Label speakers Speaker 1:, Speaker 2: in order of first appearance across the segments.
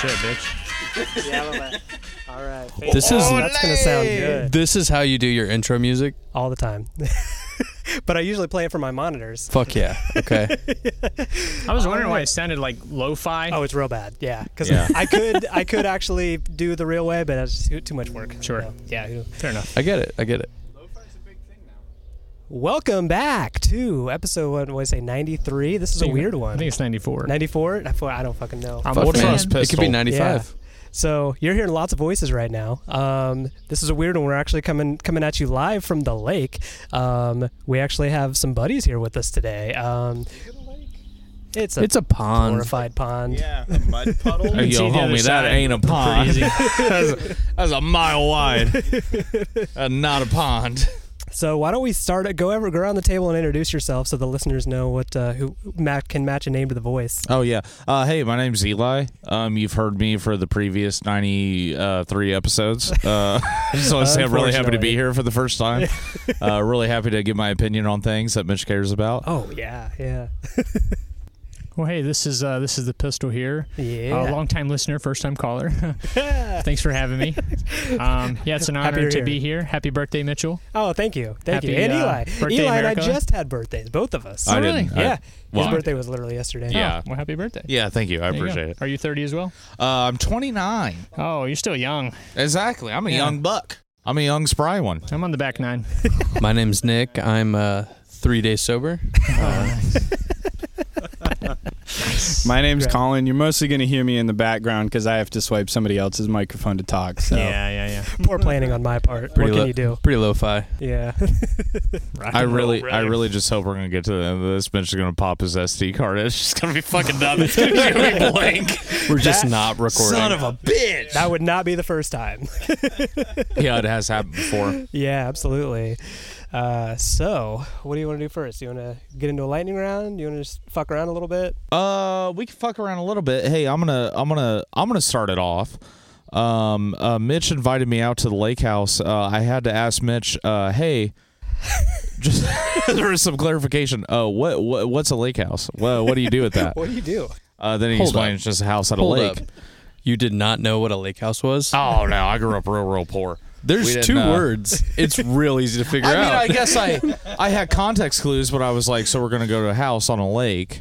Speaker 1: shit, bitch.
Speaker 2: Yeah, but- all right.
Speaker 3: This is-
Speaker 1: Ole!
Speaker 3: That's
Speaker 2: gonna sound good.
Speaker 3: This is how you do your intro music.
Speaker 2: all the time. but I usually play it for my monitors.
Speaker 3: Fuck yeah. Okay.
Speaker 1: I was wondering why it sounded like lo-fi.
Speaker 2: Oh, it's real bad. Yeah, because
Speaker 3: Yeah.
Speaker 2: I could I could actually do the real way, but it's too, too much work.
Speaker 1: Sure.
Speaker 2: So, yeah. you know.
Speaker 1: fair enough.
Speaker 3: I get it. I get it.
Speaker 2: Welcome back to episode what was say ninety three. This is a weird one.
Speaker 1: I think it's 94.
Speaker 2: ninety four. I don't fucking know.
Speaker 1: I'm
Speaker 3: Fuck,
Speaker 1: old
Speaker 3: man.
Speaker 1: for this pistol.
Speaker 3: It could be 95.
Speaker 2: So you're hearing lots of voices right now. Um, this is a weird one. We're actually coming coming at you live from the lake. Um, we actually have some buddies here with us today. Um, it's a
Speaker 3: It's a pond.
Speaker 2: glorified pond.
Speaker 4: Yeah, a mud puddle.
Speaker 1: Hey, yo, homie, that ain't a pond.
Speaker 4: that's, that's a mile wide. Uh, not a pond.
Speaker 2: So why don't we start? Go over, go around the table and introduce yourself so the listeners know what uh, who Matt can match a name to the voice.
Speaker 4: Oh yeah. Uh, hey, my name's Eli. Um, you've heard me for the previous ninety-three episodes. Uh, so I say I'm really happy to
Speaker 2: Unfortunately.
Speaker 4: be here for the first time. Uh, really happy to give my opinion on things that Mitch cares about.
Speaker 2: Oh yeah, yeah,
Speaker 1: Well, hey, this is uh, this is the pistol here.
Speaker 2: yeah.
Speaker 1: Uh, long time listener, first time caller. Thanks for having me. Um, yeah, it's an
Speaker 2: Happy
Speaker 1: honor
Speaker 2: you're
Speaker 1: to
Speaker 2: here.
Speaker 1: be here. Happy birthday, Mitchell.
Speaker 2: oh, thank you, thank you.
Speaker 1: Happy,
Speaker 2: And
Speaker 1: uh,
Speaker 2: Eli,
Speaker 1: birthday,
Speaker 2: Eli, and I
Speaker 1: America.
Speaker 2: just had birthdays, both of us.
Speaker 4: I
Speaker 1: Oh, really?
Speaker 4: didn't. I-
Speaker 2: yeah,
Speaker 4: well,
Speaker 2: his birthday was literally yesterday.
Speaker 4: Yeah.
Speaker 1: Oh, well, happy birthday.
Speaker 4: yeah. Thank you. I
Speaker 1: There you go.
Speaker 4: appreciate it.
Speaker 1: Are you 30 as well?
Speaker 4: Uh, I'm 29.
Speaker 1: Oh, you're still young.
Speaker 4: Exactly. I'm a
Speaker 1: Yeah.
Speaker 4: young buck. I'm a young spry one.
Speaker 1: I'm on the back nine.
Speaker 3: My name's Nick. I'm uh, three days sober.
Speaker 5: My name's
Speaker 2: Right.
Speaker 5: Colin. You're mostly going to hear me in the background because I have to swipe somebody else's microphone to talk. So
Speaker 1: Yeah, yeah, yeah.
Speaker 2: Poor planning on my part.
Speaker 3: Pretty
Speaker 2: what can
Speaker 3: lo-
Speaker 2: you do?
Speaker 3: Pretty lo-fi.
Speaker 2: Yeah.
Speaker 1: Rock
Speaker 4: I
Speaker 1: and roll,
Speaker 4: really, I
Speaker 1: brother.
Speaker 4: really just hope we're gonna get to the end of this. Mitch is gonna pop his SD card. It's just gonna be fucking dumb. It's gonna be blank.
Speaker 3: We're just not recording.
Speaker 4: Son of a bitch.
Speaker 2: that would not be the first time.
Speaker 4: Yeah, it has happened before.
Speaker 2: yeah, absolutely. Uh, so, what do you want to do first? You want to get into a lightning round? You want to just fuck around a little bit?
Speaker 4: Uh, we can fuck around a little bit. Hey, I'm gonna, I'm gonna, I'm gonna start it off. Um, uh, Mitch invited me out to the lake house. Uh, I had to ask Mitch. Uh, hey, just there was some clarification. Uh, what, what, what's a lake house? What, what do you do with that?
Speaker 2: What do you do?
Speaker 4: Uh, then he
Speaker 3: Hold
Speaker 4: explained
Speaker 3: up.
Speaker 4: it's just a house at a
Speaker 3: Hold
Speaker 4: lake.
Speaker 3: up. You did not know what a lake house was?
Speaker 4: Oh no, I grew up real, real poor. we
Speaker 3: There's
Speaker 4: didn't,
Speaker 3: two
Speaker 4: uh,
Speaker 3: words. It's real easy to figure
Speaker 4: I mean,
Speaker 3: out.
Speaker 4: I guess I I had context clues, but I was like, so we're gonna go to a house on a lake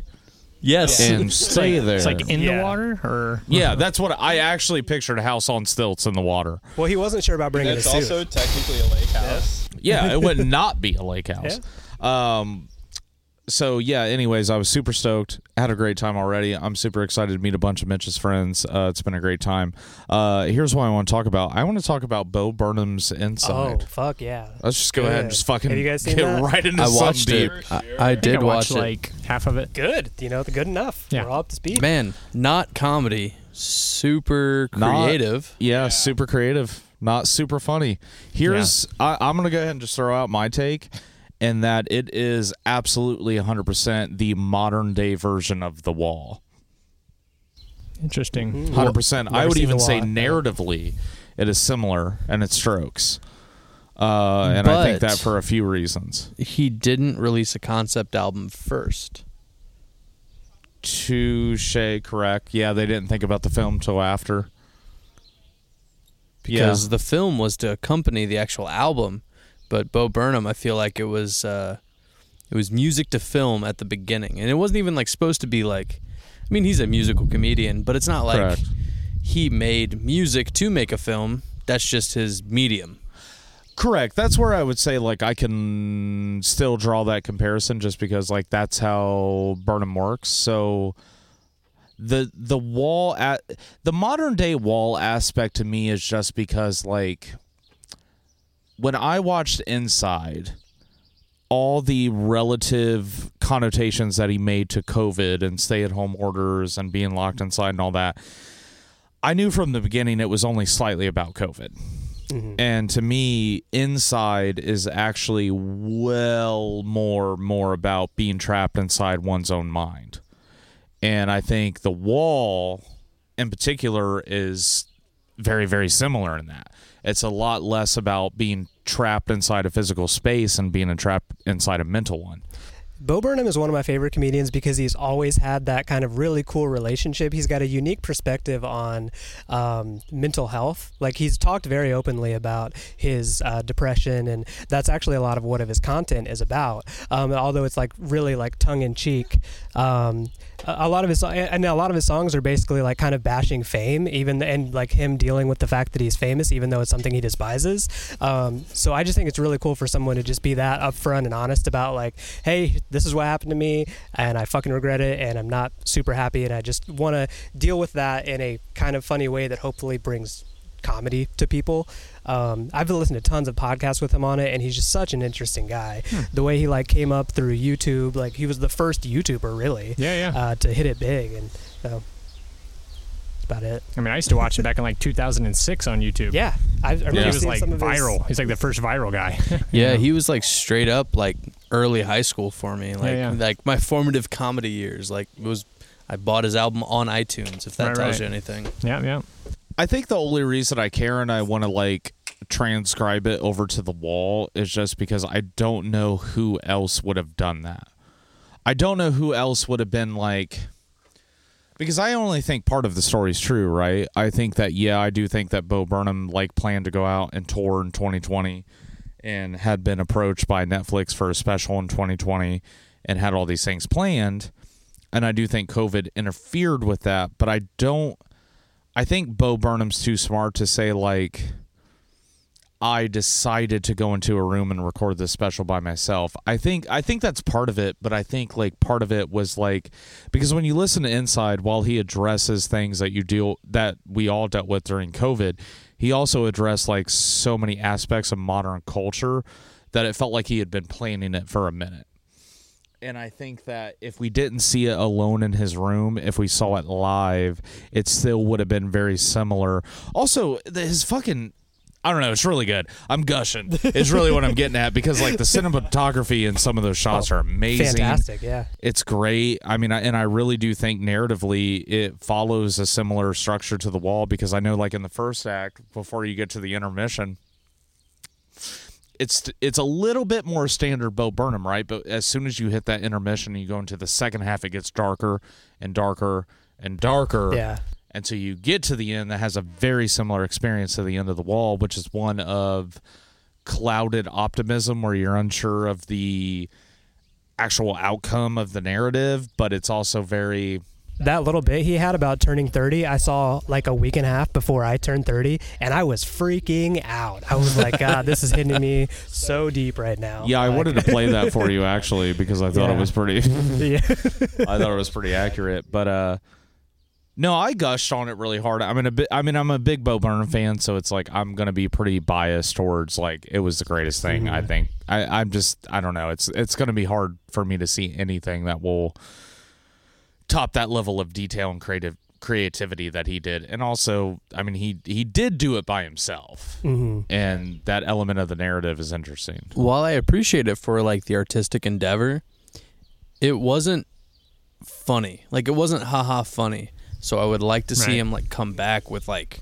Speaker 3: yes.
Speaker 4: and
Speaker 1: It's like,
Speaker 4: stay there.
Speaker 1: It's like in
Speaker 2: Yeah.
Speaker 1: the water, or
Speaker 4: yeah, that's what I actually pictured a house on stilts in the water.
Speaker 2: Well, he wasn't sure about bringing
Speaker 6: That's
Speaker 2: a suit.
Speaker 6: also technically a lake house.
Speaker 4: Yeah, it would not be a lake house. Um, so yeah. Anyways, I was super stoked. Had a great time already. I'm super excited to meet a bunch of Mitch's friends. Uh, it's been a great time. Uh, here's what I want to talk about. I want to talk about Bo Burnham's
Speaker 2: oh,
Speaker 4: inside.
Speaker 2: fuck yeah.
Speaker 4: Let's just go ahead and
Speaker 2: Good.
Speaker 4: just fucking
Speaker 2: Have you guys seen
Speaker 4: get
Speaker 2: that?
Speaker 4: right into
Speaker 3: I
Speaker 4: something
Speaker 3: watched
Speaker 4: deep.
Speaker 3: it. I, I
Speaker 1: I think
Speaker 3: did
Speaker 1: I watched
Speaker 3: watch it.
Speaker 1: like half of it.
Speaker 2: Good. You know, good enough.
Speaker 1: Yeah.
Speaker 2: We're all up to speed.
Speaker 3: Man, not comedy. Super
Speaker 4: Not-
Speaker 3: creative.
Speaker 4: Yeah, super creative, not super funny. Here's I, I'm gonna go ahead and just throw out my take, and that it is absolutely 100 percent the modern day version of The Wall.
Speaker 1: Interesting.
Speaker 4: 100 percent. I
Speaker 2: never
Speaker 4: would
Speaker 2: seen
Speaker 4: even
Speaker 2: The
Speaker 4: say
Speaker 2: Wall, I think.
Speaker 4: narratively, it is similar and it strokes. Uh, and I think
Speaker 3: But-
Speaker 4: that for a few reasons.
Speaker 3: He didn't release a concept album first.
Speaker 4: Touche, correct? Yeah, they didn't think about the film till after. Yeah.
Speaker 3: because the film was to accompany the actual album, but Bo Burnham, I feel like it was uh, it was music to film at the beginning, and it wasn't even like supposed to be like. I mean, he's a musical comedian, but it's not like
Speaker 4: Correct.
Speaker 3: he made music to make a film. That's just his medium.
Speaker 4: Correct. That's where I would say like I can still draw that comparison just because like that's how Burnham works. So the the wall at the modern day wall aspect to me is just because like when I watched Inside all the relative connotations that he made to COVID and stay at home orders and being locked inside and all that. I knew from the beginning it was only slightly about COVID.
Speaker 2: Mm-hmm.
Speaker 4: And to me, inside is actually well more more about being trapped inside one's own mind. And I think the wall in particular is very, very similar in that. It's a lot less about being trapped inside a physical space and being trapped inside a mental one.
Speaker 2: Bo Burnham is one of my favorite comedians because he's always had that kind of really cool relationship. He's got a unique perspective on um, mental health. Like he's talked very openly about his uh, depression, and that's actually a lot of what of his content is about. Um, although it's like really like tongue in cheek. Um, a a lot of his and a lot of his songs are basically like kind of bashing fame, even and like him dealing with the fact that he's famous, even though it's something he despises. Um, so I just think it's really cool for someone to just be that upfront and honest about like, hey, this is what happened to me, and I fucking regret it, and I'm not super happy, and I just want to deal with that in a kind of funny way that hopefully brings comedy to people. Um, I've been listening to tons of podcasts with him on it, and he's just such an interesting guy.
Speaker 1: Hmm.
Speaker 2: The way he like came up through YouTube, like he was the first YouTuber really
Speaker 1: Yeah, yeah.
Speaker 2: uh, to hit it big, and so that's about it.
Speaker 1: I mean, I used to watch him back in like 2006 on YouTube.
Speaker 2: Yeah, I, I remember
Speaker 1: He was
Speaker 2: seeing
Speaker 1: like
Speaker 2: some of his-
Speaker 1: viral. He's like the first viral guy.
Speaker 3: Yeah, he was like straight up like early high school for me. Like
Speaker 1: yeah.
Speaker 3: like my formative comedy years. Like it was I bought his album on iTunes, if that
Speaker 1: Right, right.
Speaker 3: tells you anything.
Speaker 1: yeah, yeah.
Speaker 4: I think the only reason I care and I want to like transcribe it over to the wall is just because I don't know who else would have done that. I don't know who else would have been like because I only think part of the story's true, right? I think that yeah, I do think that Bo Burnham like planned to go out and tour in 2020 and had been approached by Netflix for a special in 2020 and had all these things planned. And I do think COVID interfered with that, but I don't I think Bo Burnham's too smart to say like I decided to go into a room and record this special by myself. I think I think that's part of it, but I think like part of it was like because when you listen to Inside while he addresses things that you deal that we all dealt with during COVID, he also addressed like so many aspects of modern culture that it felt like he had been planning it for a minute and I think that if we didn't see it alone in his room, if we saw it live, it still would have been very similar. Also, the, his fucking. I don't know. It's really good. I'm gushing. It's really what I'm getting at because like the cinematography in some of those shots are amazing.
Speaker 2: Fantastic, yeah.
Speaker 4: It's great. I mean, I, and I really do think narratively it follows a similar structure to the wall because I know like in the first act before you get to the intermission, it's it's a little bit more standard Bo Burnham, right? But as soon as you hit that intermission and you go into the second half, it gets darker and darker and darker.
Speaker 2: Yeah.
Speaker 4: And so you get to the end that has a very similar experience to the end of the wall, which is one of clouded optimism where you're unsure of the actual outcome of the narrative, but it's also very
Speaker 2: That little bit he had about turning 30, I saw like a week and a half before I turned 30, and I was freaking out. I was like, God, this is hitting me so deep right now.
Speaker 4: Yeah, I
Speaker 2: Like,
Speaker 4: wanted to play that for you actually because I thought
Speaker 2: Oh, Yeah.
Speaker 4: it was pretty
Speaker 2: Yeah.
Speaker 4: I thought it was pretty accurate, but uh no, I gushed on it really hard. I'm in a bit. I mean, I'm a big Bo Burnham fan, so it's like I'm gonna be pretty biased towards like it was the greatest thing. I think. I, I'm just. I don't know. It's it's gonna be hard for me to see anything that will top that level of detail and creative creativity that he did. And also, I mean, he he did do it by himself, and that element of the narrative is interesting.
Speaker 3: While I appreciate it for like the artistic endeavor, it wasn't funny. Like it wasn't haha funny. So I would like to
Speaker 1: Right.
Speaker 3: see him like come back with like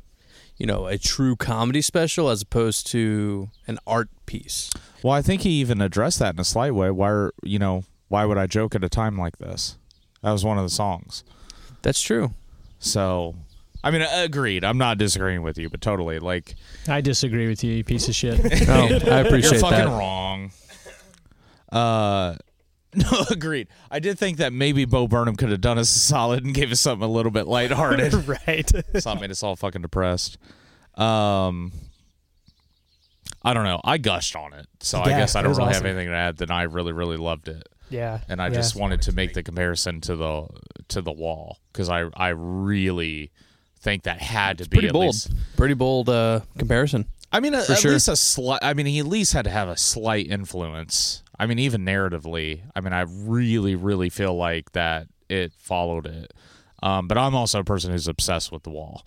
Speaker 3: you know, a true comedy special as opposed to an art piece.
Speaker 4: Well, I think he even addressed that in a slight way. Why, are, you know, why would I joke at a time like this? That was one of the songs.
Speaker 3: That's true.
Speaker 4: So, I mean, agreed. I'm not disagreeing with you, but totally. Like,
Speaker 1: I disagree with you, you piece of shit.
Speaker 3: Oh, I appreciate
Speaker 4: you're fucking
Speaker 3: that.
Speaker 4: wrong. Uh, no, agreed. I did think that maybe Bo Burnham could have done us a solid and gave us something a little bit lighthearted.
Speaker 2: right.
Speaker 4: it's not made us all fucking depressed. Um, I don't know. I gushed on it, so I
Speaker 2: Yeah,
Speaker 4: guess I
Speaker 2: it
Speaker 4: don't
Speaker 2: was
Speaker 4: really have
Speaker 2: awesome.
Speaker 4: anything to add. Then I really, really loved it.
Speaker 2: Yeah.
Speaker 4: and I
Speaker 2: yeah.
Speaker 4: just wanted to make the comparison to the to the wall because I I really think that had to be
Speaker 3: Pretty
Speaker 4: at
Speaker 3: bold.
Speaker 4: least-
Speaker 3: Pretty bold uh comparison.
Speaker 4: I mean, a, at
Speaker 3: sure.
Speaker 4: least a slight. I mean, he at least had to have a slight influence. I mean, even narratively. I mean, I really, really feel like that it followed it. Um, but I'm also a person who's obsessed with the wall.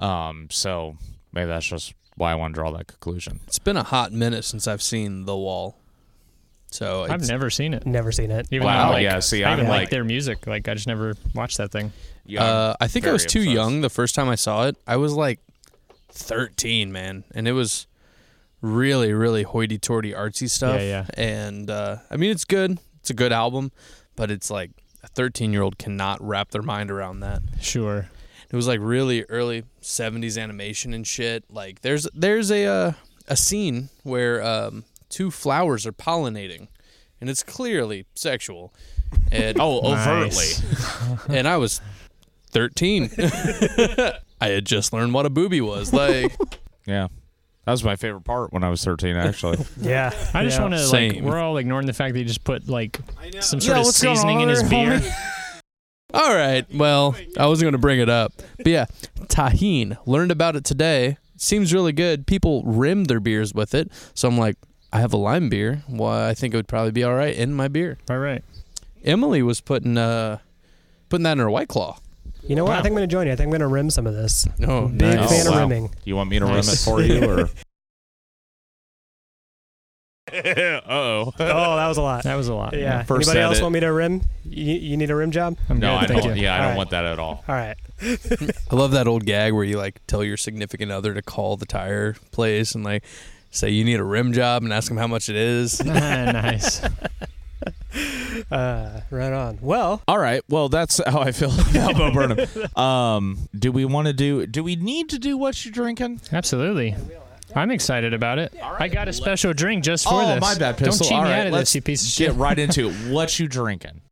Speaker 4: Um, so maybe that's just why I want to draw that conclusion.
Speaker 3: It's been a hot minute since I've seen The Wall. So it's,
Speaker 1: I've never seen it.
Speaker 2: Never seen it.
Speaker 1: Even
Speaker 4: Wow,
Speaker 1: though, like,
Speaker 4: yeah, see,
Speaker 1: I
Speaker 4: I'm
Speaker 1: even like,
Speaker 4: like-
Speaker 1: their music. Like, I just never watched that thing.
Speaker 4: Yeah,
Speaker 3: uh, I think I
Speaker 4: very
Speaker 3: was too
Speaker 4: obsessed.
Speaker 3: young the first time I saw it. I was like 13, man, and it was really, really hoity-toity artsy stuff.
Speaker 1: Yeah, yeah.
Speaker 3: And uh, I mean, it's good. It's It's a good album, but it's like a 13 year old cannot wrap their mind around that.
Speaker 1: Sure.
Speaker 3: It was like really early 70s animation and shit. Like there's there's a uh, a scene where um, two flowers are pollinating, and it's clearly sexual. And oh,
Speaker 1: Nice.
Speaker 3: and I was 13. I had just learned what a booby was. Like
Speaker 4: Yeah. That was my favorite part when I was 13, actually.
Speaker 2: Yeah.
Speaker 1: I just
Speaker 2: Yeah.
Speaker 1: want to like
Speaker 3: Same.
Speaker 1: we're all ignoring the fact that he just put like some
Speaker 4: Yeah,
Speaker 1: sort of
Speaker 4: what's going
Speaker 1: seasoning
Speaker 4: on
Speaker 1: in his
Speaker 4: there,
Speaker 1: beer.
Speaker 3: All right. Well, I wasn't going to bring it up. But yeah, tahine. Learned about it today. Seems really good. People rim their beers with it. So I'm like, I have a lime beer. Well, I think it would probably be all right in my beer.
Speaker 1: All right.
Speaker 3: Emily was putting uh putting that in her white claw.
Speaker 2: You know what? I think I'm going to join you. I think I'm going to rim some of this.
Speaker 3: Oh,
Speaker 2: Big
Speaker 4: nice.
Speaker 2: fan
Speaker 4: Oh,
Speaker 2: of
Speaker 4: wow.
Speaker 2: rimming.
Speaker 4: you want me to
Speaker 1: Nice.
Speaker 4: rim it for you, or? oh.
Speaker 2: Oh, that was a lot.
Speaker 1: That was a lot.
Speaker 2: Yeah.
Speaker 4: First
Speaker 2: Anybody else
Speaker 4: edit.
Speaker 2: want me to rim? You, you need a rim job?
Speaker 1: I'm
Speaker 4: No,
Speaker 1: good.
Speaker 4: I
Speaker 1: Thank
Speaker 4: don't.
Speaker 1: you.
Speaker 4: Yeah, I
Speaker 2: All
Speaker 4: don't
Speaker 2: right.
Speaker 4: want that at all.
Speaker 2: All right.
Speaker 3: I love that old gag where you like tell your significant other to call the tire place and like say you need a rim job and ask them how much it is.
Speaker 1: Ah, nice.
Speaker 2: Uh, right on. Well,
Speaker 4: All right. Well, that's how I feel about Bo Burnham. Um, do we want to do? Do we need to do what you drinking?
Speaker 1: Absolutely. I'm excited about it. I got a special drink just for
Speaker 4: oh,
Speaker 1: this.
Speaker 4: my bad,
Speaker 1: Don't
Speaker 4: pistol.
Speaker 1: cheat
Speaker 4: all
Speaker 1: me
Speaker 4: right,
Speaker 1: out of
Speaker 4: let's
Speaker 1: this, you piece of
Speaker 4: get
Speaker 1: shit.
Speaker 4: right into it. What you drinking?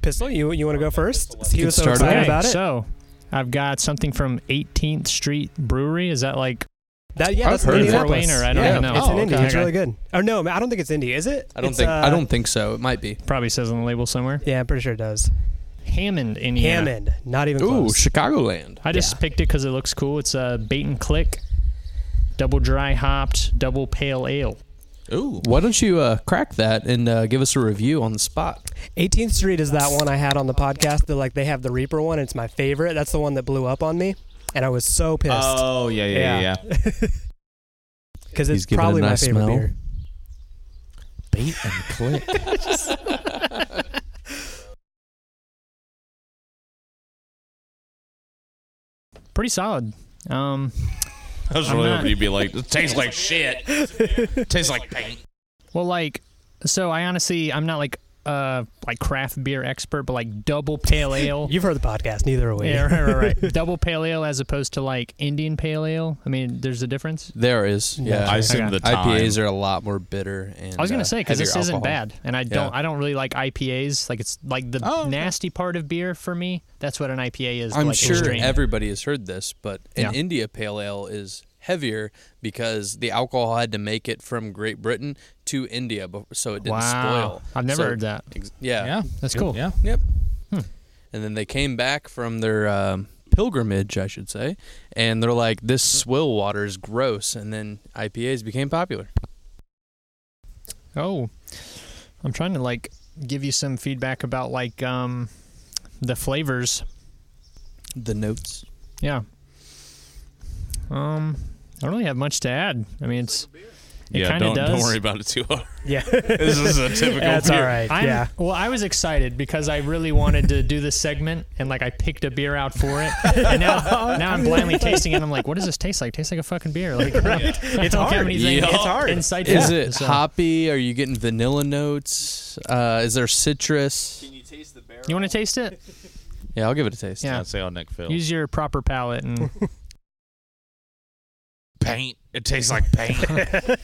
Speaker 2: Pistol, you you want to go first? He
Speaker 3: Get
Speaker 2: was so
Speaker 3: started.
Speaker 2: excited
Speaker 1: Okay,
Speaker 2: about it.
Speaker 1: So, I've got something from 18th Street Brewery. Is that like
Speaker 2: That, yeah,
Speaker 3: I've
Speaker 2: that's
Speaker 3: heard
Speaker 2: in
Speaker 3: of it.
Speaker 1: Fort
Speaker 2: Indianapolis.
Speaker 1: Wayne, or I don't
Speaker 2: yeah.
Speaker 1: even know.
Speaker 2: It's
Speaker 1: Oh,
Speaker 2: in Indy.
Speaker 1: okay.
Speaker 2: It's really good. Oh no, I don't think it's Indy. Is it?
Speaker 3: I don't
Speaker 2: It's,
Speaker 3: think
Speaker 2: uh,
Speaker 3: I don't think so. It might be.
Speaker 1: probably says on the label somewhere?
Speaker 2: Yeah, I'm pretty sure it does.
Speaker 1: Hammond, Indiana.
Speaker 2: Hammond, not even
Speaker 3: Ooh,
Speaker 2: close.
Speaker 3: Chicagoland.
Speaker 1: I just
Speaker 2: Yeah.
Speaker 1: picked it because it looks cool. It's a bait and click, double dry hopped, double pale ale.
Speaker 4: Ooh,
Speaker 3: Why don't you uh, crack that and uh, give us a review on the spot?
Speaker 2: 18th Street is that one I had on the podcast. That like they have the Reaper one. It's my favorite. That's the one that blew up on me, and I was so
Speaker 3: Uh,
Speaker 2: pissed
Speaker 4: Oh yeah, yeah, yeah. yeah.
Speaker 2: because
Speaker 3: He's
Speaker 2: it's
Speaker 3: giving it a
Speaker 2: probably
Speaker 3: nice
Speaker 2: my favorite
Speaker 3: smell.
Speaker 2: beer.
Speaker 3: Bait and click.
Speaker 1: Pretty solid. Um,
Speaker 4: I was
Speaker 1: I'm
Speaker 4: really
Speaker 1: not-
Speaker 4: hoping you'd be like, it tastes like shit. tastes like paint.
Speaker 1: well, like, so I honestly, I'm not like uh like craft beer expert, but like double pale ale.
Speaker 2: You've heard the podcast. Neither are we.
Speaker 1: yeah, right, right, right. double pale ale as opposed to like Indian pale ale. I mean, there's a difference.
Speaker 3: There is. Yeah.
Speaker 4: I assume
Speaker 1: Okay.
Speaker 4: the time.
Speaker 3: IPAs are a lot more bitter. And,
Speaker 1: I was gonna
Speaker 3: uh,
Speaker 1: say because this
Speaker 3: heavier
Speaker 1: isn't
Speaker 3: alcohol.
Speaker 1: bad, and I don't,
Speaker 3: Yeah.
Speaker 1: I don't really like IPAs. Like it's like the
Speaker 4: Oh, okay.
Speaker 1: nasty part of beer for me. That's what an IPA is.
Speaker 3: I'm
Speaker 1: like,
Speaker 3: sure
Speaker 1: extreme.
Speaker 3: everybody has heard this, but an
Speaker 1: Yeah.
Speaker 3: India Pale Ale is heavier because the alcohol had to make it from Great Britain to India, bef- so it didn't
Speaker 1: wow,
Speaker 3: spoil.
Speaker 1: I've never
Speaker 3: So-
Speaker 1: heard that.
Speaker 3: Ex- yeah.
Speaker 4: Yeah,
Speaker 1: That's cool.
Speaker 4: Yeah.
Speaker 3: Yep. And then they came back from their um, pilgrimage, I should say, and they're like, "This swill water is gross." And then IPAs became popular.
Speaker 1: Oh, I'm trying to like give you some feedback about like um the flavors.
Speaker 3: The notes.
Speaker 1: Yeah. Um, I don't really have much to add. I mean, it's it
Speaker 4: yeah.
Speaker 1: kind of
Speaker 4: Don't
Speaker 1: does.
Speaker 4: don't worry about it too hard.
Speaker 2: Yeah.
Speaker 4: This is a typical.
Speaker 2: That's all
Speaker 4: beer.
Speaker 2: right.
Speaker 1: I'm,
Speaker 2: yeah.
Speaker 1: Well, I was excited because I really wanted to do this segment, and like I picked a beer out for it, and now
Speaker 2: Oh,
Speaker 1: now I'm blindly tasting it. and I'm like, what does this taste like? Tastes like a fucking beer. Like, it's don't have anything
Speaker 3: Yeah. It's
Speaker 1: hard. Insightful.
Speaker 3: Is it
Speaker 1: So,
Speaker 3: hoppy? Are you getting vanilla notes? Uh, is there citrus?
Speaker 6: Can you taste the barrel?
Speaker 1: You want to taste it?
Speaker 3: Yeah, I'll give it a taste.
Speaker 1: Yeah.
Speaker 4: That's how Nick feels.
Speaker 1: Use your proper palate and
Speaker 4: paint. It tastes like paint.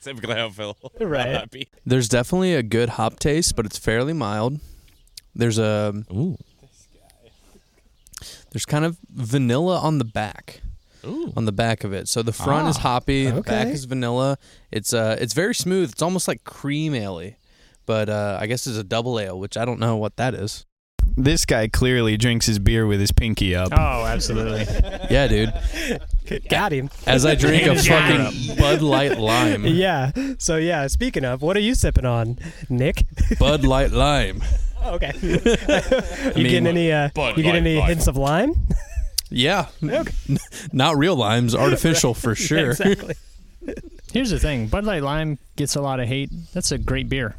Speaker 4: Typically how I feel.
Speaker 2: Right.
Speaker 3: There's definitely a good hop taste, but it's fairly mild. There's a
Speaker 4: Ooh.
Speaker 3: there's kind of vanilla on the back.
Speaker 4: Ooh.
Speaker 3: on the back of it. So the front is
Speaker 4: Ah,
Speaker 3: hoppy, the back
Speaker 2: okay.
Speaker 3: is vanilla. It's uh, it's very smooth. It's almost like cream ale, but uh, I guess it's a double ale, which I don't know what that is.
Speaker 5: This guy clearly drinks his beer with his pinky up.
Speaker 1: oh, absolutely.
Speaker 3: Yeah, dude.
Speaker 2: Got him.
Speaker 3: As I drink a
Speaker 1: Yeah.
Speaker 3: fucking Bud Light Lime,
Speaker 2: Yeah. So yeah. Speaking of, what are you sipping on, Nick?
Speaker 3: Bud Light Lime.
Speaker 2: Oh, okay. you getting any? Uh,
Speaker 4: Bud
Speaker 2: you get
Speaker 4: Light,
Speaker 2: any
Speaker 4: Bud
Speaker 2: hints of lime?
Speaker 3: Yeah, not real limes, artificial for sure.
Speaker 2: exactly.
Speaker 1: Here's the thing: Bud Light Lime gets a lot of hate. That's a great beer.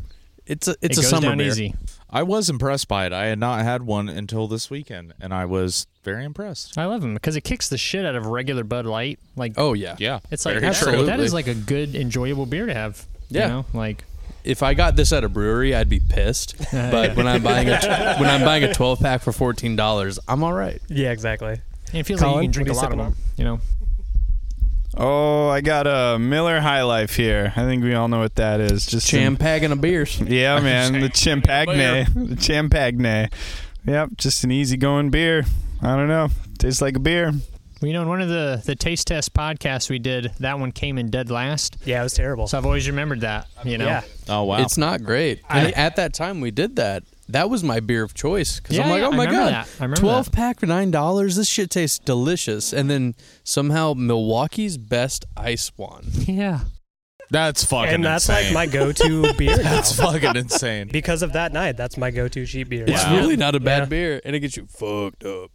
Speaker 3: It's a
Speaker 1: it
Speaker 3: it's a
Speaker 1: goes
Speaker 3: summer
Speaker 1: down
Speaker 3: beer.
Speaker 1: easy.
Speaker 4: I was impressed by it. I had not had one until this weekend, and I was very impressed.
Speaker 1: I love them because it kicks the shit out of regular Bud Light. Like
Speaker 3: Oh yeah,
Speaker 4: Yeah.
Speaker 1: it's like
Speaker 4: very
Speaker 1: that's-
Speaker 4: true.
Speaker 1: that
Speaker 3: Absolutely.
Speaker 1: is like a good enjoyable beer to have.
Speaker 3: Yeah.
Speaker 1: You know, like
Speaker 3: If I got this at a brewery, I'd be pissed. But when I'm buying a when I'm buying a 12 pack for fourteen dollars, I'm all right.
Speaker 2: Yeah, exactly.
Speaker 1: it feels
Speaker 2: Colin,
Speaker 1: like you can drink a
Speaker 2: what
Speaker 1: lot
Speaker 2: are you
Speaker 1: of them. You know,
Speaker 5: Oh, I got a Miller High Life here. I think we all know what that is. Just in-
Speaker 3: Champagne and a beers.
Speaker 5: yeah, man, the Champagne, the Champagne. Yep, just an easygoing beer. I don't know. Tastes like a beer.
Speaker 1: well, you know, in one of the the taste test podcasts we did, that one came in dead last.
Speaker 2: Yeah, it was terrible.
Speaker 1: So I've always remembered that. You know,
Speaker 2: yeah,
Speaker 4: Oh wow.
Speaker 3: It's not great. and at that time we did that. That was my beer of choice because
Speaker 1: Yeah,
Speaker 3: I'm like,
Speaker 1: yeah,
Speaker 3: oh
Speaker 1: I
Speaker 3: my
Speaker 1: remember
Speaker 3: god,
Speaker 1: that. I remember
Speaker 3: twelve
Speaker 1: that.
Speaker 3: pack for nine dollars. This shit tastes delicious. And then somehow Milwaukee's best ice won.
Speaker 1: yeah.
Speaker 4: that's fucking
Speaker 2: and that's
Speaker 4: insane.
Speaker 2: like my go-to beer now.
Speaker 4: that's fucking insane.
Speaker 2: because of that night. That's my go-to cheap beer.
Speaker 3: It's
Speaker 4: Wow.
Speaker 3: really not a bad
Speaker 2: Yeah.
Speaker 3: beer, and it gets you fucked up.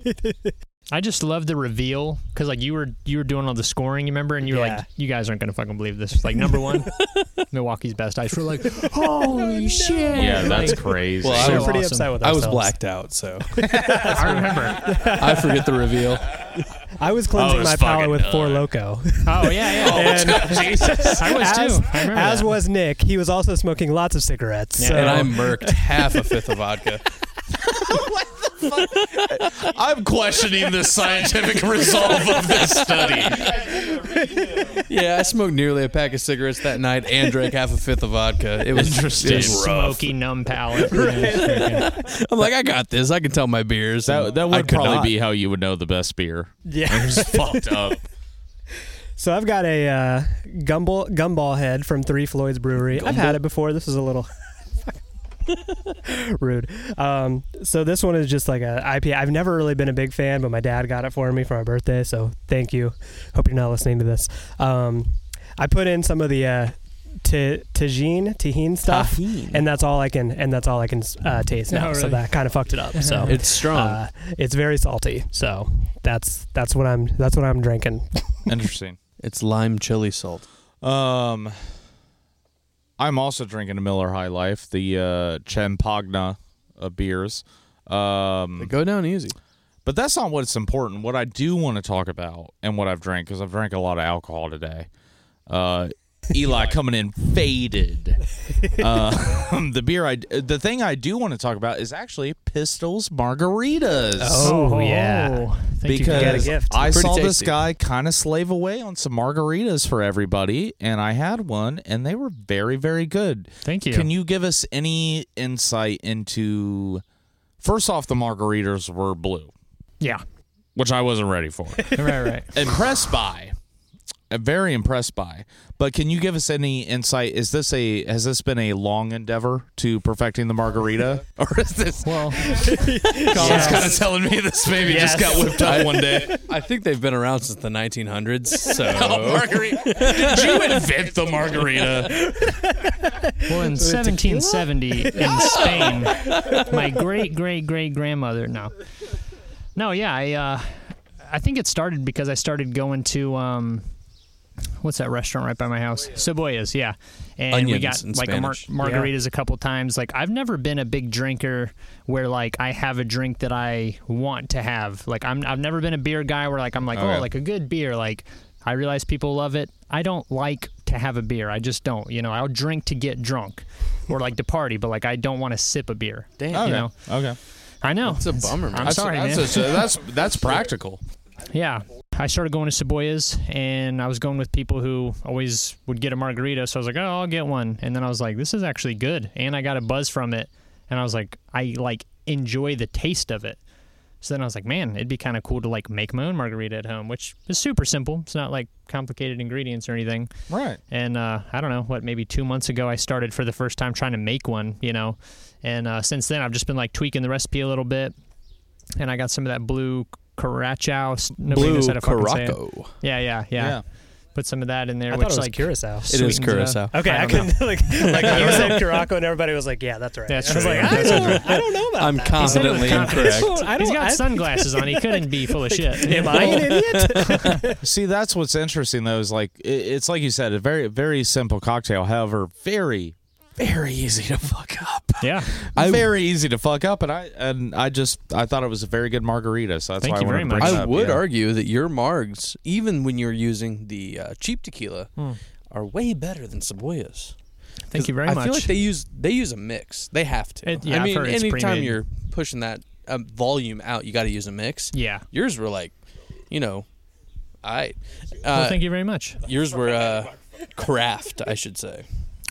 Speaker 1: I just love the reveal because like you were you were doing all the scoring, you remember, and you were
Speaker 2: Yeah.
Speaker 1: like, you guys aren't gonna fucking believe this. Like number one, Milwaukee's best ice. We're like, holy shit!
Speaker 4: Yeah, that's
Speaker 1: Like,
Speaker 4: crazy.
Speaker 3: Well, I
Speaker 2: So
Speaker 3: was-
Speaker 2: pretty
Speaker 1: awesome.
Speaker 2: upset with
Speaker 3: I was
Speaker 2: ourselves.
Speaker 3: blacked out, so
Speaker 1: I remember.
Speaker 3: I forget the reveal.
Speaker 2: I was cleansing
Speaker 4: was
Speaker 2: my palate
Speaker 4: fucking
Speaker 2: with
Speaker 4: done.
Speaker 2: Four Loco.
Speaker 1: Oh yeah, yeah. Jesus, I was
Speaker 2: as
Speaker 1: too. I remember
Speaker 2: as
Speaker 1: that.
Speaker 2: was Nick. He was also smoking lots of cigarettes.
Speaker 1: Yeah.
Speaker 2: so-
Speaker 3: And I murked half a fifth of vodka.
Speaker 4: I'm questioning the scientific resolve of this study.
Speaker 3: Yeah, I smoked nearly a pack of cigarettes that night and drank half a fifth of vodka. It was
Speaker 4: Interesting.
Speaker 3: it was rough.
Speaker 1: smoky numb palate. Yeah.
Speaker 3: I'm like, I got this. I can tell my beers.
Speaker 4: That
Speaker 3: And
Speaker 4: that
Speaker 3: I
Speaker 4: would
Speaker 3: could
Speaker 4: probably
Speaker 3: not.
Speaker 4: be how you would know the best beer.
Speaker 2: yeah.
Speaker 4: It was fucked up.
Speaker 2: So I've got a uh, gumball gumball head from Three Floyds Brewery. I've had it before. This is a little rude. Um, so this one is just like a IPA. I've never really been a big fan, but my dad got it for me for my birthday. So thank you. Hope you're not listening to this. Um, I put in some of the uh, t- tagine tahine stuff, and that's all I can and that's all I can uh, taste now.
Speaker 1: Oh,
Speaker 2: So
Speaker 1: really?
Speaker 2: that kind of fucked it up. So
Speaker 3: It's strong.
Speaker 2: uh, it's very salty. So that's that's what I'm that's what I'm drinking.
Speaker 4: Interesting.
Speaker 3: it's lime chili salt.
Speaker 4: Um, I'm also drinking a Miller High Life, the uh, Champagna uh, beers.
Speaker 3: They
Speaker 4: Um,
Speaker 3: go down easy.
Speaker 4: but that's not what's important. What I do want to talk about and what I've drank, because I've drank a lot of alcohol today. Uh, Eli coming in faded. Uh, the beer I, the thing I do want to talk about is actually Pistols Margaritas.
Speaker 1: Oh yeah. Thank
Speaker 4: because
Speaker 1: you.
Speaker 2: get a gift.
Speaker 4: I
Speaker 3: Pretty
Speaker 4: saw this
Speaker 3: tasty.
Speaker 4: guy kind of slave away on some margaritas for everybody, and I had one, and they were very, very good.
Speaker 1: Thank you.
Speaker 4: Can you give us any insight into? First off, the margaritas were blue,
Speaker 1: Yeah.
Speaker 4: which I wasn't ready for.
Speaker 1: Right. Right.
Speaker 4: impressed by, Uh, very impressed by. But can you give us any insight? Is this a has this been a long endeavor to perfecting the margarita, or is this?
Speaker 1: Well.
Speaker 4: Colin's kind of telling me this maybe just got whipped up one day.
Speaker 3: I think they've been around since the 1900s. So
Speaker 4: margarita. Did you invent the margarita?
Speaker 1: Well, in 1770 in Spain, my great great great grandmother. No, no, yeah, I, uh, I think it started because I started going to um, what's that restaurant right by my house? Cebollas, yeah. And we
Speaker 3: Onions
Speaker 1: got
Speaker 3: in
Speaker 1: like a mar-
Speaker 3: Spanish.
Speaker 1: margaritas a couple times. Like I've never been a big drinker where like I have a drink that I want to have. Like I'm I've never been a beer guy where like I'm like
Speaker 4: Okay.
Speaker 1: oh like a good beer like I realize people love it. I don't like to have a beer. I just don't. You know, I'll drink to get drunk or like to party, but like I don't want to sip a beer. Damn. You know,
Speaker 4: Okay.
Speaker 1: I know.
Speaker 3: it's a bummer, man.
Speaker 1: I'm sorry, man.
Speaker 4: that's, that's that's practical.
Speaker 1: Yeah. I started going to Saboya's and I was going with people who always would get a margarita. So I was like, oh, I'll get one. And then I was like, this is actually good. And I got a buzz from it. And I was like, I like enjoy the taste of it. So then I was like, man, it'd be kind of cool to like make my own margarita at home, which is super simple. It's not like complicated ingredients or anything.
Speaker 4: Right.
Speaker 1: And uh, I don't know what maybe two months ago I started for the first time trying to make one, you know. And uh, since then I've just been like tweaking the recipe a little bit, and I got some of that blue Caracho. s- Nobody
Speaker 3: Blue
Speaker 1: knows how to fucking say it.
Speaker 3: Caraco.
Speaker 4: Oh.
Speaker 1: Yeah, yeah, yeah, Put some of that in there,
Speaker 2: I
Speaker 1: which
Speaker 2: thought it was
Speaker 1: like
Speaker 2: Curacao.
Speaker 3: It is
Speaker 1: sweetens, uh,
Speaker 3: Curacao.
Speaker 2: Okay, I,
Speaker 1: I don't
Speaker 2: couldn't like like you said Caraco and everybody was like, yeah, that's right.
Speaker 1: That's
Speaker 2: I was
Speaker 1: true,
Speaker 2: like,
Speaker 1: yeah.
Speaker 2: I
Speaker 1: That
Speaker 2: don't,
Speaker 1: sounds
Speaker 2: I don't know about
Speaker 3: I'm
Speaker 2: that.
Speaker 3: confidently incorrect.
Speaker 2: I don't.
Speaker 1: He's got
Speaker 2: I-
Speaker 1: sunglasses on. He couldn't be full of shit.
Speaker 2: Am I an idiot?
Speaker 4: See, that's what's interesting though. Is like it, it's like you said, a very very simple cocktail. However, very very easy to fuck up.
Speaker 1: Yeah.
Speaker 3: I-
Speaker 4: very easy to fuck up, and I and I just I thought it was a very good margarita. So that's
Speaker 1: Thank
Speaker 4: why
Speaker 1: you
Speaker 4: I wanted
Speaker 1: very
Speaker 4: to bring
Speaker 1: much.
Speaker 4: it
Speaker 3: I
Speaker 4: up,
Speaker 3: would
Speaker 4: yeah.
Speaker 3: argue that your margs, even when you're using the uh, cheap tequila, are way better than Saboya's.
Speaker 1: Hmm. Thank you very
Speaker 3: I
Speaker 1: much.
Speaker 3: feel like they use they use a mix. They have to.
Speaker 1: It- yeah, I've
Speaker 3: I mean,
Speaker 1: heard it's
Speaker 3: anytime
Speaker 1: pre-made.
Speaker 3: you're pushing that um, volume out, you got to use a mix.
Speaker 1: yeah.
Speaker 3: Yours were like, you know, I. Uh,
Speaker 1: Well, thank you very much.
Speaker 3: yours were uh, craft, I should say.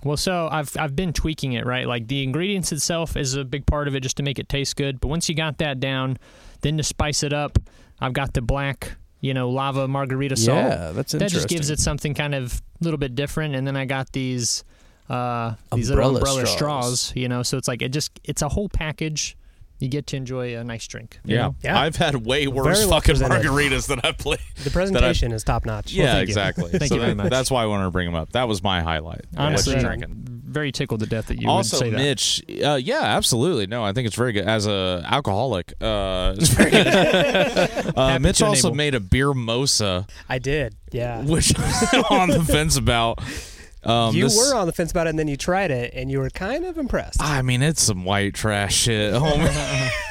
Speaker 1: Well, so I've I've been tweaking it, right? Like the ingredients itself is a big part of it just to make it taste good, but once you got that down, then to spice it up, I've got the black, you know, lava margarita salt.
Speaker 3: that's
Speaker 1: That just gives it something kind of a little bit different and then I got these uh these
Speaker 3: Umbrella
Speaker 1: little umbrella straws.
Speaker 3: straws.
Speaker 1: you know, so it's like it just it's a whole package. You get to enjoy a nice drink. you
Speaker 4: Yeah.
Speaker 1: know?
Speaker 2: Yeah.
Speaker 4: I've had way worse
Speaker 2: Very well
Speaker 4: fucking
Speaker 2: presented.
Speaker 4: margaritas than I've played.
Speaker 2: The presentation is top notch.
Speaker 4: Yeah,
Speaker 1: thank you.
Speaker 4: exactly.
Speaker 1: Thank
Speaker 4: So
Speaker 1: you very
Speaker 4: that-
Speaker 1: much.
Speaker 4: That's why I wanted to bring them up. That was my highlight.
Speaker 1: Honestly,
Speaker 4: What you
Speaker 1: I'm
Speaker 4: drinking.
Speaker 1: very tickled to death that you would
Speaker 4: also
Speaker 1: say that.
Speaker 4: Mitch, uh, yeah, absolutely. No, I think it's very good. As a alcoholic, uh, it's very good. uh,
Speaker 1: Happy
Speaker 4: Mitch
Speaker 1: to
Speaker 4: also
Speaker 1: enable.
Speaker 4: made a beer mosa,
Speaker 2: I did. Yeah.
Speaker 4: which I'm on the fence about. Um,
Speaker 2: you
Speaker 4: this-
Speaker 2: were on the fence about it, and then you tried it, and you were kind of impressed.
Speaker 4: I mean, it's some white trash shit. homie.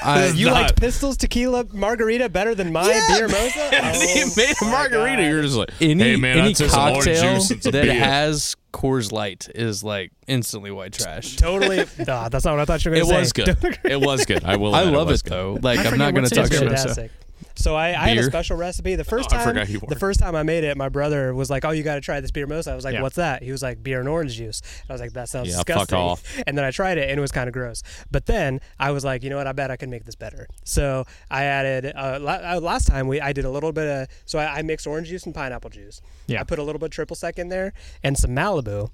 Speaker 3: I,
Speaker 2: you
Speaker 4: not-
Speaker 2: liked Pistols Tequila Margarita better than my beer mosa?
Speaker 4: he
Speaker 2: Oh
Speaker 4: made a
Speaker 2: my
Speaker 4: margarita.
Speaker 2: God.
Speaker 4: You're just like,
Speaker 3: any
Speaker 4: hey man,
Speaker 3: any
Speaker 4: I'd say some orange
Speaker 3: cocktail
Speaker 4: juice and some
Speaker 3: that
Speaker 4: beer.
Speaker 3: has Coors Light is like instantly white trash.
Speaker 2: Totally. Nah, that's not what I thought you were
Speaker 4: it
Speaker 2: going to say.
Speaker 4: was good. it was good. I will.
Speaker 3: I
Speaker 4: admit
Speaker 3: love
Speaker 4: was
Speaker 3: it
Speaker 4: good.
Speaker 3: though. Like I'm
Speaker 1: forgot
Speaker 3: not gonna
Speaker 1: what's in
Speaker 3: talk
Speaker 1: it,
Speaker 3: shit.
Speaker 1: but-
Speaker 2: fantastic. So I, I had a
Speaker 3: Beer.
Speaker 2: special recipe. The first
Speaker 4: I
Speaker 2: time,
Speaker 4: forgot you
Speaker 2: the
Speaker 4: ordered.
Speaker 2: first time I made it, my brother was like, "Oh, you got to try this beer mosa." I was like,
Speaker 1: Yeah.
Speaker 2: "What's that?" He was like, "Beer and orange juice." And I was like, "That sounds
Speaker 4: Yeah, fuck
Speaker 2: disgusting."
Speaker 4: off.
Speaker 2: And then I tried it, and it was kind of gross. But then I was like, "You know what? I bet I can make this better." So I added. Uh, la- uh, last time we, I did a little bit of. So I, I mixed orange juice and pineapple juice.
Speaker 1: Yeah.
Speaker 2: I put a little bit of triple sec in there and some Malibu,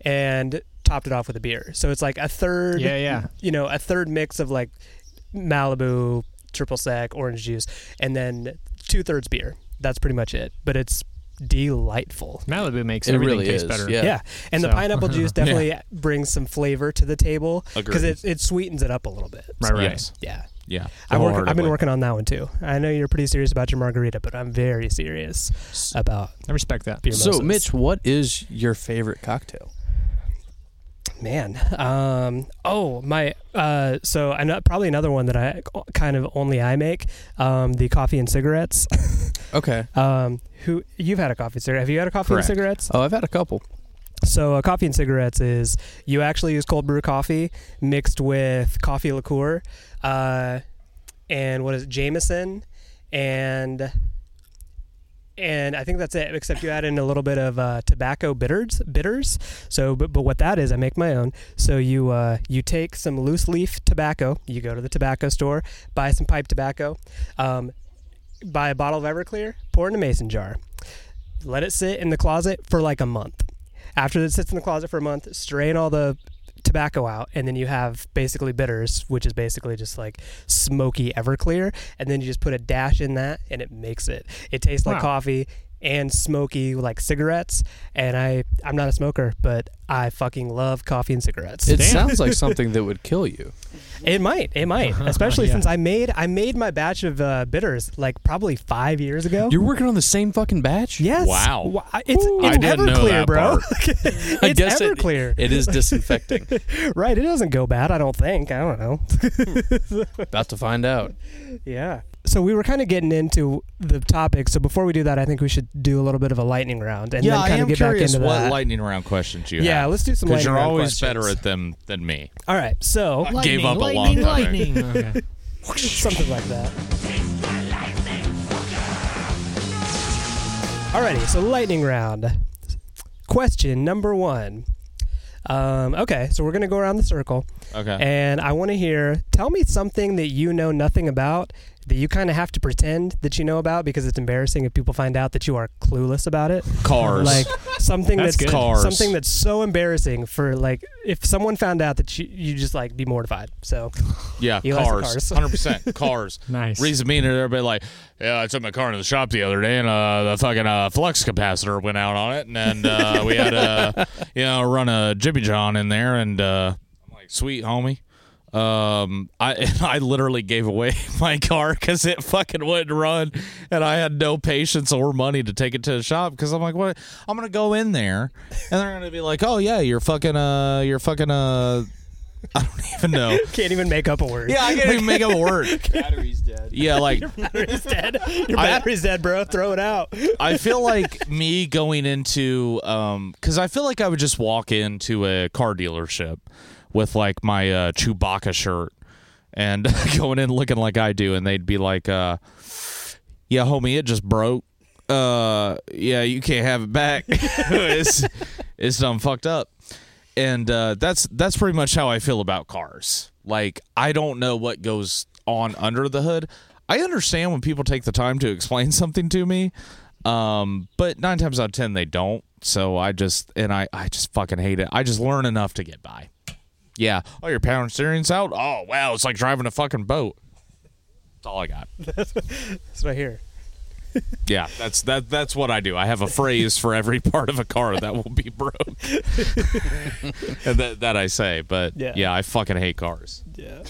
Speaker 2: and topped it off with a beer. So it's like a third
Speaker 1: Yeah, yeah.
Speaker 2: you know, a third mix of like Malibu, triple sec, orange juice, and then two thirds beer. That's pretty much it. But it's delightful.
Speaker 1: Malibu makes
Speaker 3: It
Speaker 1: everything
Speaker 3: really
Speaker 1: taste
Speaker 3: is,
Speaker 1: better.
Speaker 3: yeah.
Speaker 2: Yeah. And the
Speaker 1: So-
Speaker 2: pineapple juice definitely brings some flavor to the table because
Speaker 4: Agreed.
Speaker 2: it, it sweetens it up a little bit.
Speaker 1: Right, right.
Speaker 4: Yes.
Speaker 2: Yeah.
Speaker 4: Yeah.
Speaker 2: I'm working, I've
Speaker 4: Wholeheartedly.
Speaker 2: been working on that one too. I know you're pretty serious about your margarita, but I'm very serious about
Speaker 1: I respect that.
Speaker 2: beer.
Speaker 3: So
Speaker 2: mimosas.
Speaker 3: Mitch, what is your favorite cocktail?
Speaker 2: Man, um, oh my! Uh, so I know probably another one that I kind of only I make um, the coffee and cigarettes.
Speaker 3: Okay.
Speaker 2: Um, who you've had a coffee and cigarette? Have you had a coffee
Speaker 4: Correct.
Speaker 2: and cigarettes?
Speaker 3: Oh, I've had a couple.
Speaker 2: So a coffee and cigarettes is you actually use cold brew coffee mixed with coffee liqueur, uh, and what is it, Jameson, and and I think that's it. Except you add in a little bit of uh, tobacco bitters, bitters. So, but, but what that is, I make my own. So you uh, you take some loose leaf tobacco. You go to the tobacco store, buy some pipe tobacco, um, buy a bottle of Everclear, pour it in a mason jar, let it sit in the closet for like a month. After it sits in the closet for a month, strain all the tobacco out, and then you have basically bitters, which is basically just like smoky Everclear, and then you just put a dash in that, and it makes it. It tastes like
Speaker 1: Wow.
Speaker 2: coffee and smoky like cigarettes and i i'm not a smoker but i fucking love coffee and cigarettes
Speaker 3: It
Speaker 1: Damn.
Speaker 3: sounds like something that would kill you.
Speaker 2: it might it might
Speaker 4: Uh-huh.
Speaker 2: especially
Speaker 1: Yeah.
Speaker 2: since i made i made my batch of uh, bitters like probably five years ago
Speaker 3: You're working on the same fucking batch?
Speaker 2: Yes.
Speaker 4: Wow.
Speaker 2: Wha- It's, it's
Speaker 4: I didn't know that
Speaker 2: Everclear, bro.
Speaker 4: part.
Speaker 2: it's
Speaker 3: I guess it-
Speaker 2: Everclear.
Speaker 3: It is disinfecting.
Speaker 2: right. It doesn't go bad, I don't think. I don't know.
Speaker 3: About to find out.
Speaker 2: Yeah. So we were kind of getting into the topic. So before we do that, I think we should do a little bit of a lightning round and
Speaker 4: yeah,
Speaker 2: then
Speaker 4: I
Speaker 2: kind
Speaker 4: am
Speaker 2: of get back
Speaker 4: curious
Speaker 2: into
Speaker 4: what
Speaker 2: that.
Speaker 4: lightning round questions you
Speaker 2: yeah,
Speaker 4: have.
Speaker 2: let's do some
Speaker 4: because
Speaker 2: lightning
Speaker 4: you're
Speaker 2: round
Speaker 4: always
Speaker 2: questions.
Speaker 4: better at them than me.
Speaker 2: All right. So
Speaker 4: Gave up a long time
Speaker 1: lightning, lightning, Okay.
Speaker 2: something like that. Alrighty, so lightning round. Question number one. Um, okay, so we're gonna go around the circle,
Speaker 4: Okay.
Speaker 2: and I want to hear. Tell me something that you know nothing about that you kind of have to pretend that you know about because it's embarrassing if people find out that you are clueless about it.
Speaker 4: Cars.
Speaker 2: Like something
Speaker 1: That's good.
Speaker 2: that's,
Speaker 4: Cars.
Speaker 2: something that's so embarrassing for like if someone found out that you you just like be mortified. So
Speaker 4: yeah,
Speaker 2: he likes the
Speaker 4: cars.
Speaker 2: cars.
Speaker 4: Hundred percent cars.
Speaker 1: Nice.
Speaker 4: Reason being, that everybody like, yeah, I took my car to the shop the other day, and uh, the fucking uh, flux capacitor went out on it, and, then uh, we had to, you know, run a Jimmy John in there, and uh, I'm like, sweet homie. Um, I I literally gave away my car because it fucking wouldn't run, and I had no patience or money to take it to the shop because I'm like, what? I'm gonna go in there, and they're gonna be like, oh yeah, your fucking uh, your fucking uh, I don't even know.
Speaker 2: Can't even make up a word.
Speaker 4: yeah, I can't even make up a word.
Speaker 6: Battery's dead.
Speaker 4: Yeah, like
Speaker 2: Battery's dead. Your
Speaker 4: I-
Speaker 2: battery's dead, bro. Throw it out.
Speaker 4: I feel like me going into um cuz I feel like I would just walk into a car dealership with like my uh Chewbacca shirt and going in looking like I do and they'd be like uh yeah homie it just broke uh yeah you can't have it back it's it's done fucked up and uh that's that's pretty much how I feel about cars like I don't know what goes on under the hood I understand when people take the time to explain something to me um, but nine times out of ten they don't. So I just and I I just fucking hate it. I just learn enough to get by. Yeah. Oh, your power steering's out. Oh wow, it's like driving a fucking boat. That's all I got.
Speaker 2: That's right here.
Speaker 4: Yeah, that's that. That's what I do. I have a phrase for every part of a car that will be broke, and that, that I say. But
Speaker 2: Yeah.
Speaker 4: yeah. I fucking hate cars.
Speaker 2: Yeah.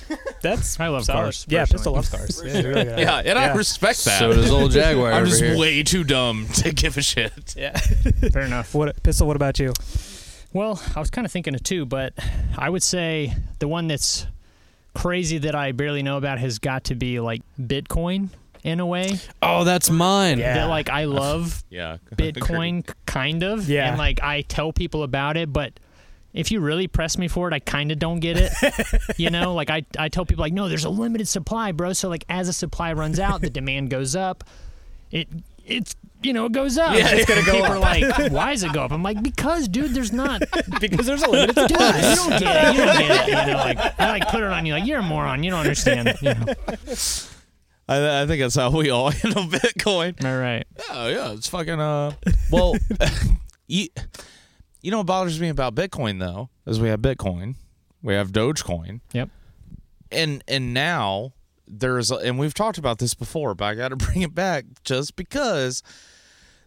Speaker 2: That's
Speaker 1: I love
Speaker 2: solid.
Speaker 1: cars,
Speaker 2: Yeah,
Speaker 1: personally.
Speaker 2: Pistol loves cars. yeah, really good.
Speaker 4: Yeah, and
Speaker 2: Yeah.
Speaker 4: I respect that.
Speaker 3: So does old Jaguar
Speaker 4: I'm
Speaker 3: over
Speaker 4: just
Speaker 3: here.
Speaker 4: way too dumb to give a shit.
Speaker 2: Yeah.
Speaker 1: Fair enough.
Speaker 2: What Pistol, what about you?
Speaker 1: Well, I was kind of thinking of two, but I would say the one that's crazy that I barely know about has got to be like Bitcoin in a way.
Speaker 3: Oh, that's mine.
Speaker 2: Yeah.
Speaker 1: That like I love
Speaker 4: Yeah.
Speaker 1: Bitcoin k- kind of.
Speaker 2: Yeah.
Speaker 1: And like I tell people about it, but if you really press me for it, I kind of don't get it. you know, like I, I tell people like, no, there's a limited supply, bro. So like as the supply runs out, the demand goes up. It it's you know, it goes up. Yeah, it's gonna go people up. are like, why does it go up? I'm like, because dude, there's not
Speaker 2: Because there's a limited
Speaker 1: dude, you don't get it. You don't get it. You know, like I like put it on you like you're a moron, you don't understand. You know.
Speaker 4: I, I think that's how we all handle Bitcoin.
Speaker 1: All right.
Speaker 4: Oh yeah, it's fucking uh. Well, you, you know what bothers me about Bitcoin though is we have Bitcoin, we have Dogecoin.
Speaker 1: Yep.
Speaker 4: And and now there's a- and we've talked about this before, but I got to bring it back just because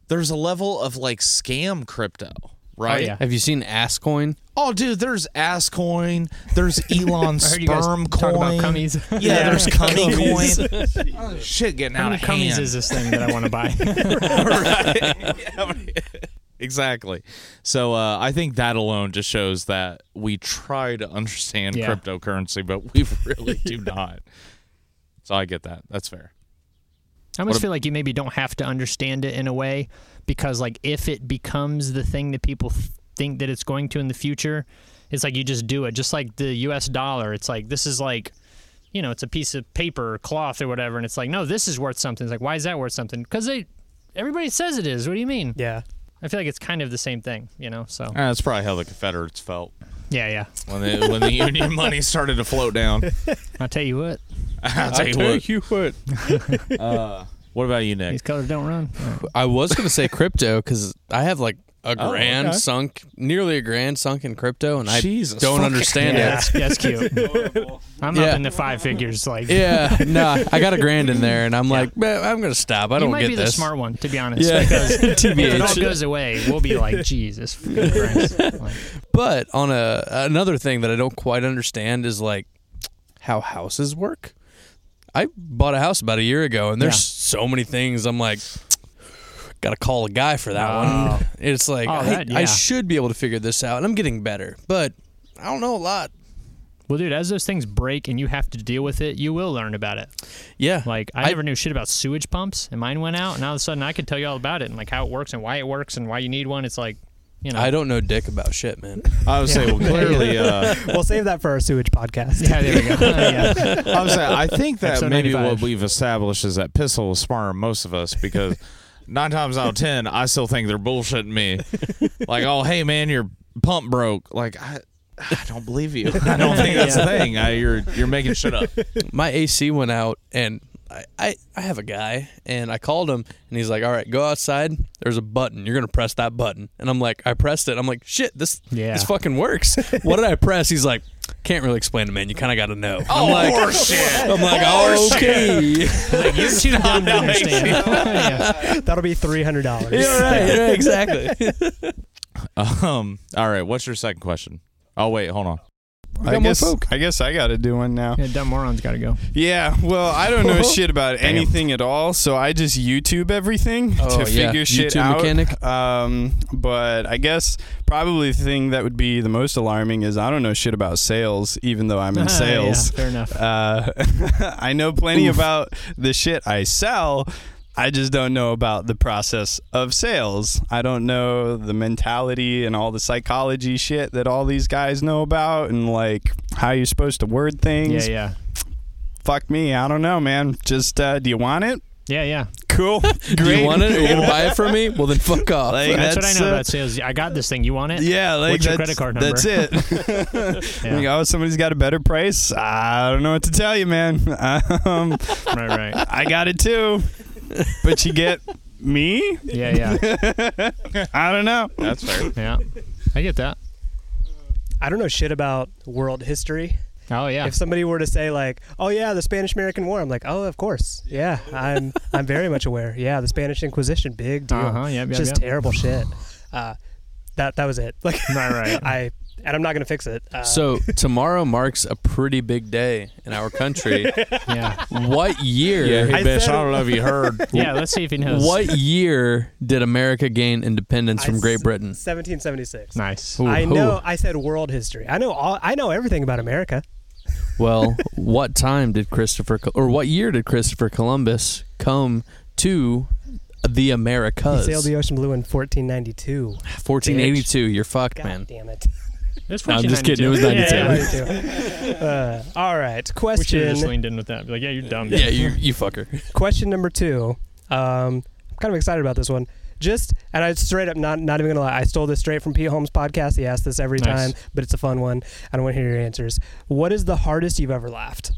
Speaker 4: there's a level of like scam crypto, right?
Speaker 1: Oh, yeah.
Speaker 3: Have you seen Asscoin?
Speaker 4: Oh, dude, there's ass coin. There's Elon
Speaker 1: I heard you guys
Speaker 4: sperm
Speaker 1: talk
Speaker 4: coin.
Speaker 1: about cummies.
Speaker 4: Yeah, there's cummy coin. Oh, shit, getting
Speaker 1: How
Speaker 4: out
Speaker 1: many
Speaker 4: of
Speaker 1: cummies
Speaker 4: hand.
Speaker 1: is this thing that I want to buy?
Speaker 4: exactly. So uh, I think that alone just shows that we try to understand
Speaker 1: Yeah.
Speaker 4: cryptocurrency, but we really do not. So I get that. That's fair.
Speaker 1: I almost
Speaker 4: What ab-
Speaker 1: feel like you maybe don't have to understand it in a way because like if it becomes the thing that people th- think that it's going to in the future, it's like you just do it. Just like the US dollar, it's like this is like you know, it's a piece of paper or cloth or whatever and it's like no, this is worth something. It's like why is that worth something? Cuz they everybody says it is. What do you mean?
Speaker 2: Yeah.
Speaker 1: I feel like it's kind of the same thing, you know. So
Speaker 4: Uh, that's probably how the Confederates felt
Speaker 1: yeah, yeah.
Speaker 4: when the when the Union money started to float down.
Speaker 1: I'll tell you what,
Speaker 4: I'll tell you what. Uh, what about you,
Speaker 1: these
Speaker 4: Nick?
Speaker 1: colors don't run.
Speaker 3: I was gonna say crypto because I have like a
Speaker 4: Oh,
Speaker 3: grand
Speaker 4: okay.
Speaker 3: sunk, nearly a grand sunk in crypto, and I
Speaker 4: Jesus
Speaker 3: don't
Speaker 4: fucking-
Speaker 3: understand
Speaker 1: yeah,
Speaker 3: it.
Speaker 1: that's, that's cute. I'm
Speaker 3: Yeah.
Speaker 1: up in the five figures. Like
Speaker 3: Yeah, nah, I got a grand in there, and I'm like, "Man, I'm gonna stop. I don't
Speaker 1: you might
Speaker 3: get
Speaker 1: be
Speaker 3: this.
Speaker 1: the smart one, to be honest.
Speaker 3: Yeah.
Speaker 1: Because if it all
Speaker 3: TBH.
Speaker 1: goes away, we'll be like, Jesus fucking Christ. Like,
Speaker 3: But on a another thing that I don't quite understand is like how houses work. I bought a house about a year ago, and there's
Speaker 1: Yeah.
Speaker 3: so many things I'm like, gotta call a guy for that one. It's like
Speaker 1: Oh,
Speaker 3: I,
Speaker 1: that-
Speaker 3: I
Speaker 1: yeah.
Speaker 3: should be able to figure this out, and I'm getting better, but I don't know a lot.
Speaker 1: well, dude, as those things break and you have to deal with it, you will learn about it.
Speaker 3: Yeah,
Speaker 1: Like, I,
Speaker 3: I-
Speaker 1: never knew shit about sewage pumps, and mine went out, and all of a sudden I could tell you all about it and like how it works and why it works and why you need one. It's like, you know.
Speaker 3: I don't know dick about shit, man.
Speaker 4: I would say well, clearly. Uh,
Speaker 2: We'll save that for our sewage podcast.
Speaker 1: yeah, there we go. yeah.
Speaker 4: I was saying, I think that
Speaker 1: Episode
Speaker 4: maybe
Speaker 1: 95.
Speaker 4: what we've established is that Pistol is smarter than most of us because nine times out of ten, I still think they're bullshitting me. Like, oh, hey, man, your pump broke. Like, I, I don't believe you. I don't think that's a thing. I, you're you're making shit up.
Speaker 3: my AC went out and I, I, I have a guy and I called him and he's like, All right, go outside. There's a button. You're gonna press that button. And I'm like, I pressed it. I'm like, shit, this
Speaker 1: Yeah.
Speaker 3: this fucking works. what did I press? He's like, Can't really explain it, man. You kinda gotta know.
Speaker 4: Oh,
Speaker 3: I'm like
Speaker 4: horseshit.
Speaker 3: I'm like,
Speaker 4: Horseshit.
Speaker 3: okay.
Speaker 1: Like, you're too dumb to
Speaker 4: That makes
Speaker 1: understand. yeah.
Speaker 2: That'll be three hundred dollars.
Speaker 3: yeah, right, right, exactly.
Speaker 4: Um. All right. What's your second question? Oh wait, hold on.
Speaker 3: got
Speaker 5: I
Speaker 3: more
Speaker 5: guess
Speaker 3: folk.
Speaker 5: I guess I got to do one now.
Speaker 1: Yeah, dumb moron's got to go.
Speaker 5: Yeah, well, I don't know shit about anything at all, so I just YouTube everything
Speaker 3: Oh,
Speaker 5: to
Speaker 3: yeah.
Speaker 5: figure shit
Speaker 3: YouTube
Speaker 5: out.
Speaker 3: mechanic.
Speaker 5: Um, but I guess probably the thing that would be the most alarming is I don't know shit about sales, even though I'm
Speaker 1: Ah, Yeah,
Speaker 5: in sales.
Speaker 1: fair enough.
Speaker 5: Uh, I know plenty about the shit I sell. I just don't know about the process of sales. I don't know the mentality and all the psychology shit that all these guys know about and like how you're supposed to word
Speaker 1: Yeah,
Speaker 5: things.
Speaker 1: yeah,
Speaker 5: Fuck me. I don't know, man. Just uh, do you want it?
Speaker 1: yeah, yeah.
Speaker 5: Cool. Great.
Speaker 3: Do you want it? Are you gonna buy it from me? Well, then fuck off.
Speaker 5: Like,
Speaker 1: That's, what I know
Speaker 5: uh,
Speaker 1: about sales. I got this thing. You want it?
Speaker 5: Yeah, like
Speaker 1: What's your
Speaker 5: that's-
Speaker 1: credit card number?
Speaker 5: That's it.
Speaker 1: Yeah.
Speaker 5: Like, oh, somebody's got a better price. I don't know what to tell you, man. Um,
Speaker 1: Right, right.
Speaker 5: I got it too. But you get me?
Speaker 1: Yeah, yeah,
Speaker 5: I don't know.
Speaker 4: That's fair.
Speaker 1: yeah. I get that.
Speaker 2: I don't know shit about world history.
Speaker 1: Oh yeah.
Speaker 2: If somebody were to say like, "Oh yeah, the Spanish-American War," I'm like, "Oh, of course. Yeah, I'm I'm very much aware. Yeah, the Spanish Inquisition, big deal.
Speaker 1: Uh huh. Yep, yep,
Speaker 2: Just
Speaker 1: yep.
Speaker 2: terrible shit. Uh, that that was it. Like
Speaker 1: Right, right.
Speaker 2: I and I'm not gonna fix it. Uh,
Speaker 3: So tomorrow marks a pretty big day in our country.
Speaker 1: Yeah.
Speaker 3: what year?
Speaker 4: Yeah, hey,
Speaker 2: I
Speaker 4: bitch,
Speaker 2: said-
Speaker 4: I don't know if you heard.
Speaker 1: Yeah. Let's see if he knows.
Speaker 3: What year did America gain independence
Speaker 2: I
Speaker 3: from Great
Speaker 2: s-
Speaker 3: Britain?
Speaker 2: 1776.
Speaker 1: Nice.
Speaker 3: Ooh,
Speaker 2: I
Speaker 3: hoo.
Speaker 2: know. I said world history. I know all. I know everything about America.
Speaker 3: Well, what time did Christopher Col- or what year did Christopher Columbus come to the
Speaker 2: He
Speaker 3: Americas?
Speaker 2: sailed the ocean blue in 1492.
Speaker 3: 1482. You're fucked,
Speaker 2: God
Speaker 3: man.
Speaker 2: damn it.
Speaker 1: That's
Speaker 3: No, I'm just
Speaker 1: 1492.
Speaker 3: kidding. It was
Speaker 1: Yeah,
Speaker 3: 92.
Speaker 1: yeah, yeah.
Speaker 2: 1492. Uh, all right.
Speaker 1: We should have
Speaker 2: Question.
Speaker 1: just leaned in with that. Be like, yeah, you're dumb.
Speaker 3: Yeah, you you fucker.
Speaker 2: question number two. Um, I'm kind of excited about this one. Just and I straight up not not even gonna lie, I stole this straight from Pete Holmes' podcast. He asks this every
Speaker 1: Nice.
Speaker 2: time, but it's a fun one. I don't want to hear your answers. What is the hardest you've ever laughed?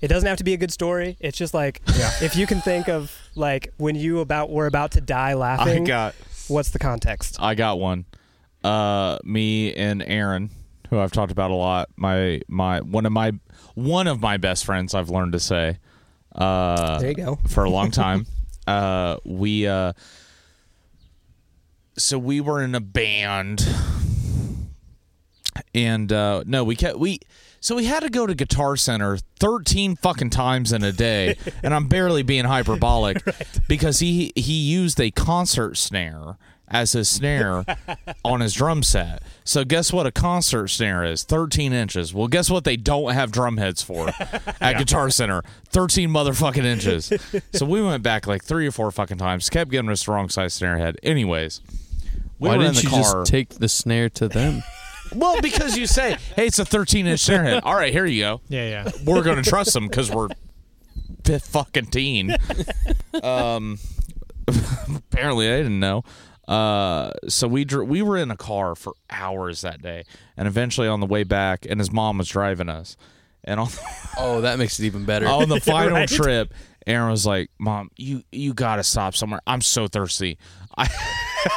Speaker 2: It doesn't have to be a good story. It's just like if you can think of like when you about were about to die
Speaker 4: I
Speaker 2: laughing.
Speaker 4: got
Speaker 2: what's the context?
Speaker 4: I got one. Uh, me and Aaron, who I've talked about a lot, my my one of my one of my best friends, I've learned to say, uh,
Speaker 2: There you go.
Speaker 4: for a long time. uh, we uh, so we were in a band, and uh, no, we kept we. So we had to go to Guitar Center 13 fucking times in a day, and I'm barely being hyperbolic because he he used a concert snare as his snare on his drum set. So guess what a concert snare is? 13 inches. Well, guess what they don't have drum heads for at Guitar Center? 13 motherfucking inches. so we went back like three or four fucking times, kept giving us the wrong size snare head. Anyways, we
Speaker 3: Why
Speaker 4: were in
Speaker 3: didn't
Speaker 4: the
Speaker 3: you
Speaker 4: car.
Speaker 3: just take the snare to them?
Speaker 4: well, because you say, hey, it's a 13 inch snare head. All right, here you go
Speaker 1: Yeah, yeah.
Speaker 4: we're gonna trust them because we're fifth fucking teen. Um, apparently I didn't know. Uh, so we dr- we were in a car for hours that day, and eventually on the way back, and his mom was driving us, and on
Speaker 3: Oh, that makes it even better.
Speaker 4: on the final trip, Aaron was like, "Mom, you you gotta stop somewhere. I'm so thirsty. I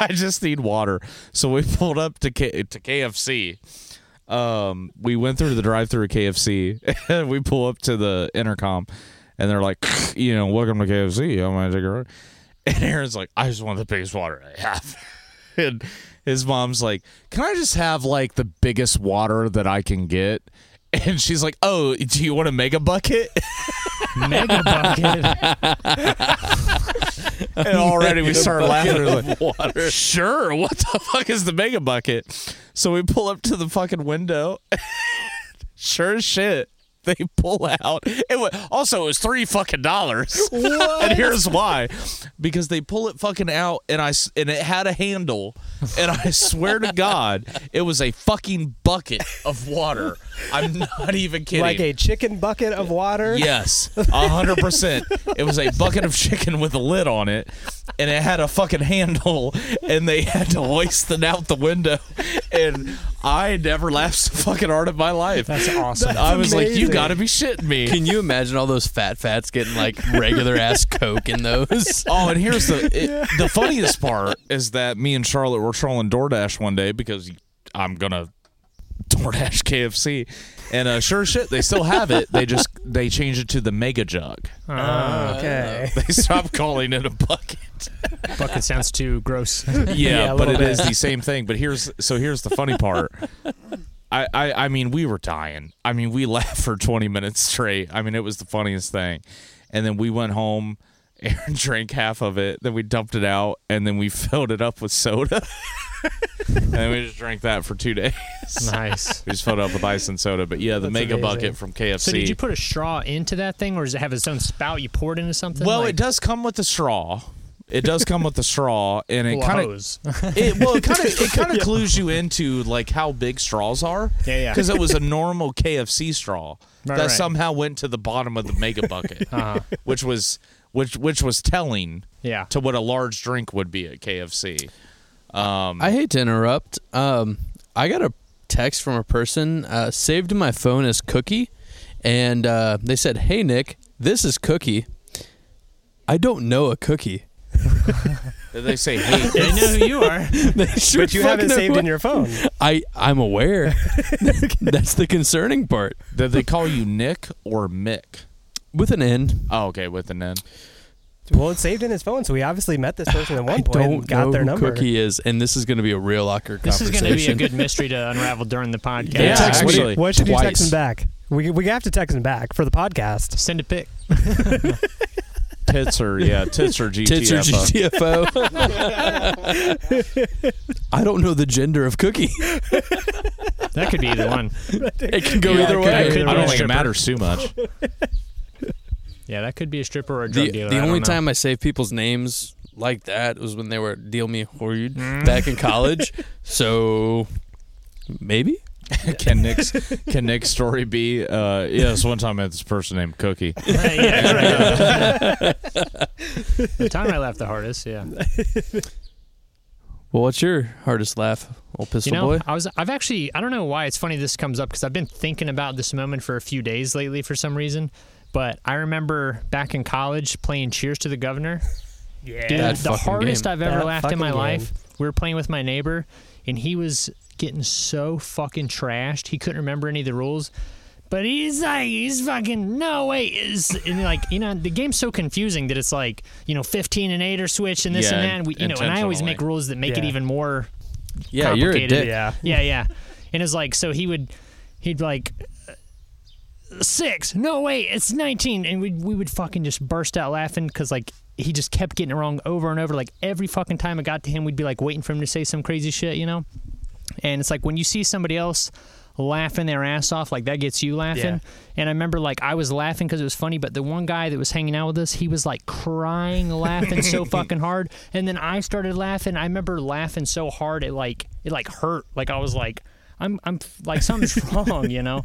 Speaker 4: I just need water." So we pulled up to K- to KFC. Um, we went through the drive-through at KFC, and we pull up to the intercom, and they're like, "You know, welcome to KFC. I'm gonna take a ride." And Aaron's like, "I just want the biggest water I have." and his mom's like, "Can I just have like the biggest water that I can get?" And she's like, "Oh, do you want to make a bucket?"
Speaker 1: Mega bucket.
Speaker 4: and already we started laughing. We're like, Sure, what the fuck is the mega bucket? So we pull up to the fucking window. sure as shit, they pull out. It was, also it was three fucking dollars. and here's why: because they pull it fucking out, and I s- and it had a handle, and I swear to God, it was a fucking bucket of water. I'm not even kidding.
Speaker 2: Like a chicken bucket of water.
Speaker 4: Yes, a hundred percent. It was a bucket of chicken with a lid on it, and it had a fucking handle, and they had to hoist it out the window. And I never laughed so fucking hard in my life.
Speaker 1: That's awesome.
Speaker 4: I was like, you
Speaker 2: amazing.
Speaker 4: gotta be shitting me.
Speaker 3: Can you imagine all those fat fats getting like regular ass Coke in those?
Speaker 4: Oh, and here's the it, the funniest part is that me and Charlotte were trolling DoorDash one day because I'm gonna DoorDash KFC, and uh, sure as shit they still have it. They just they changed it to the Mega Jug.
Speaker 1: Ah,
Speaker 2: Okay.
Speaker 4: They stopped calling it a bucket.
Speaker 1: bucket sounds too gross.
Speaker 4: yeah,
Speaker 2: Yeah, a
Speaker 4: but
Speaker 2: little
Speaker 4: it
Speaker 2: bit.
Speaker 4: is the same thing. But here's so here's the funny part. I, I, I mean, we were dying. I mean, we laughed for 20 minutes straight. I mean, it was the funniest thing. And then we went home. Aaron drank half of it. Then we dumped it out, and then we filled it up with soda. and then we just drank that for two days.
Speaker 1: Nice.
Speaker 4: We just filled it up with ice and soda. But yeah, the
Speaker 2: That's
Speaker 4: mega
Speaker 2: amazing.
Speaker 4: bucket from KFC.
Speaker 1: So did you put a straw into that thing, or does it have its own spout you poured into something?
Speaker 4: well,
Speaker 1: Like-
Speaker 4: it does come with a straw. It does come with a straw, and it
Speaker 1: Well, a
Speaker 4: kind of
Speaker 1: hose.
Speaker 4: it, well, it kind of it kind of clues you into like how big straws are.
Speaker 1: Yeah, yeah.
Speaker 4: Because it was a normal KFC straw
Speaker 1: Right,
Speaker 4: that
Speaker 1: right.
Speaker 4: somehow went to the bottom of the mega bucket,
Speaker 1: Uh-huh.
Speaker 4: which was which which was telling
Speaker 1: Yeah.
Speaker 4: to what a large drink would be at KFC. Um,
Speaker 3: I hate to interrupt. Um, I got a text from a person uh, saved in my phone as Cookie, and uh, they said, "Hey Nick, this is Cookie. I don't know a cookie.
Speaker 4: they say, "Hey,
Speaker 1: They know who you are.
Speaker 3: They sure
Speaker 2: but you
Speaker 3: fucking
Speaker 2: haven't
Speaker 3: know
Speaker 2: saved
Speaker 3: what-
Speaker 2: in your phone.
Speaker 3: I I'm aware. That's the concerning part.
Speaker 4: did they call you Nick or Mick?"
Speaker 3: With an N,
Speaker 4: Oh, okay, with an N.
Speaker 2: Well, it's saved in his phone, so we obviously met this person at one point.
Speaker 3: don't
Speaker 2: and got
Speaker 3: know
Speaker 2: their
Speaker 3: who
Speaker 2: number.
Speaker 3: Cookie is, and this is going to be a real locker
Speaker 1: This is going to
Speaker 3: conversation.
Speaker 1: be a good mystery to unravel during the podcast.
Speaker 4: Yeah,
Speaker 2: text
Speaker 4: actually,
Speaker 2: what, what should you text
Speaker 3: twice.
Speaker 2: him back? We we have to text him back for the podcast.
Speaker 1: Send a pic.
Speaker 4: Tits or yeah, tits or GTFO.
Speaker 3: Tits or GTFO. I don't know the gender of Cookie.
Speaker 1: That could be either one.
Speaker 3: It can go
Speaker 1: Yeah, it
Speaker 3: either
Speaker 1: could-
Speaker 3: way.
Speaker 1: it could
Speaker 4: I
Speaker 1: be a
Speaker 4: don't think it
Speaker 1: stripper.
Speaker 4: matters too much.
Speaker 1: Yeah, that could be a stripper or a drug
Speaker 3: the,
Speaker 1: dealer.
Speaker 3: the
Speaker 1: I don't
Speaker 3: only
Speaker 1: know.
Speaker 3: time I saved people's names like that was when they were deal me horrid
Speaker 1: Hmm.
Speaker 3: back in college. so maybe
Speaker 4: can Nick's can Nick's story be? Uh, yes, one time I had this person named Cookie.
Speaker 1: yeah, right. the time I laughed the hardest, yeah.
Speaker 3: well what's your hardest laugh old pistol
Speaker 1: you know,
Speaker 3: boy
Speaker 1: I was I've actually I don't know why it's funny this comes up because I've been thinking about this moment for a few days lately for some reason. But I remember back in college playing Cheers to the Governor. Yeah, Dude,
Speaker 3: That
Speaker 1: the
Speaker 3: fucking
Speaker 1: hardest
Speaker 3: game.
Speaker 1: I've ever
Speaker 2: That
Speaker 1: laughed in my
Speaker 2: fucking
Speaker 1: life. We were playing with my neighbor, and he was getting so fucking trashed. He couldn't remember any of the rules. But he's like, he's fucking no way is and like you know the game's so confusing that it's like you know fifteen and eight are switched and this
Speaker 4: Yeah,
Speaker 1: and that and we, you know and I always
Speaker 4: intentionally.
Speaker 1: make rules that make it
Speaker 2: Yeah.
Speaker 1: even more
Speaker 3: yeah you're a
Speaker 1: complicated.
Speaker 3: dick
Speaker 2: Yeah.
Speaker 1: yeah, yeah. And it's like, so he would, he'd like, six. No, wait, it's 19. And we we would fucking just burst out laughing because, like, he just kept getting it wrong over and over. Like, every fucking time it got to him, we'd be like waiting for him to say some crazy shit, you know? And it's like when you see somebody else laughing their ass off, like that gets you laughing.
Speaker 2: Yeah.
Speaker 1: And I remember like I was laughing because it was funny, but the one guy that was hanging out with us, he was like crying, laughing so fucking hard. And then I started laughing. I remember laughing so hard it like it like hurt. Like I was like, I'm I'm like something's wrong, you know.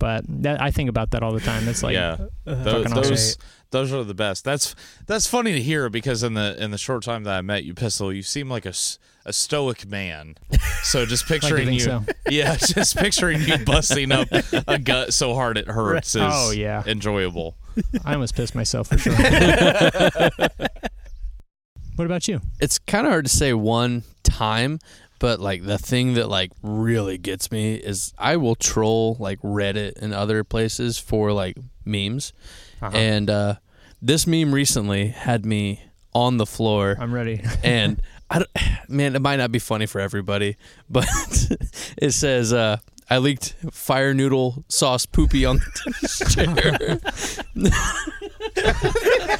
Speaker 1: But that I think about that all the time. It's like
Speaker 4: yeah, those
Speaker 1: fucking
Speaker 4: those,
Speaker 2: Uh, awesome.
Speaker 4: those are the best. That's that's funny to hear because in the in the short time that I met you, Pistol, you seem like a, s- a stoic man. So just picturing
Speaker 1: think
Speaker 4: you,
Speaker 1: so.
Speaker 4: yeah, just picturing you busting up a gut so hard it hurts is
Speaker 1: Oh, yeah.
Speaker 4: enjoyable.
Speaker 1: I almost pissed myself for sure. what about you?
Speaker 3: it's kind of hard to say one time but like the thing that like really gets me is i will troll like reddit and other places for like memes
Speaker 1: Uh-huh.
Speaker 3: and uh this meme recently had me on the floor
Speaker 1: I'm ready.
Speaker 3: and I don't, man, it might not be funny for everybody, but it says uh, I leaked fire noodle sauce poopy on the chair.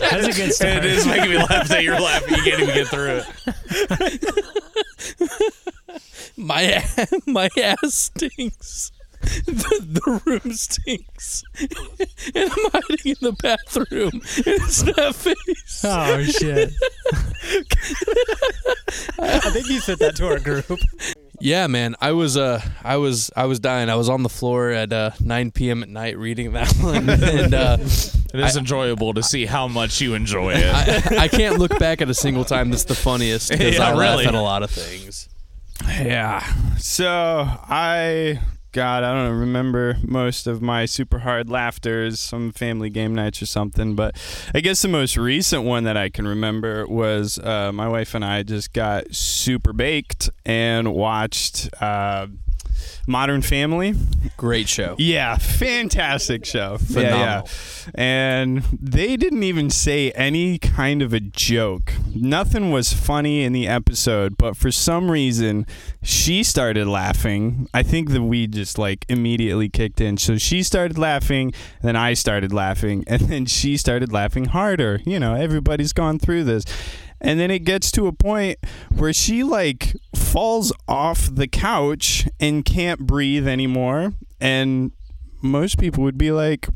Speaker 1: That's a good start.
Speaker 4: It is making me laugh that you're laughing. You can't even get through it.
Speaker 3: my ass, my ass stinks. The, the room stinks, and I'm hiding in the bathroom. And it's not face.
Speaker 1: Oh shit.
Speaker 2: I think you sent that to our group.
Speaker 3: Yeah, man, I was uh, I was I was dying. I was on the floor at uh, 9 p.m. at night reading that one, and uh,
Speaker 4: It is enjoyable to see how much you enjoy it.
Speaker 3: I, I can't look back at a single time that's the funniest because
Speaker 4: Yeah,
Speaker 3: I
Speaker 4: really.
Speaker 3: laugh at a lot of things.
Speaker 5: Yeah. So I, God, I don't remember most of my super hard laughters, some family game nights or something. But I guess the most recent one that I can remember was uh, my wife and I just got super baked and watched. Uh, Modern Family.
Speaker 3: Great show.
Speaker 5: Yeah, fantastic show. Yeah,
Speaker 3: Phenomenal.
Speaker 5: yeah. And they didn't even say any kind of a joke. Nothing was funny in the episode, but for some reason, she started laughing. I think the weed just like immediately kicked in. So she started laughing, then I started laughing, and then she started laughing harder. You know, everybody's gone through this. And then it gets to a point where she like falls off the couch and can't breathe anymore. And most people would be like,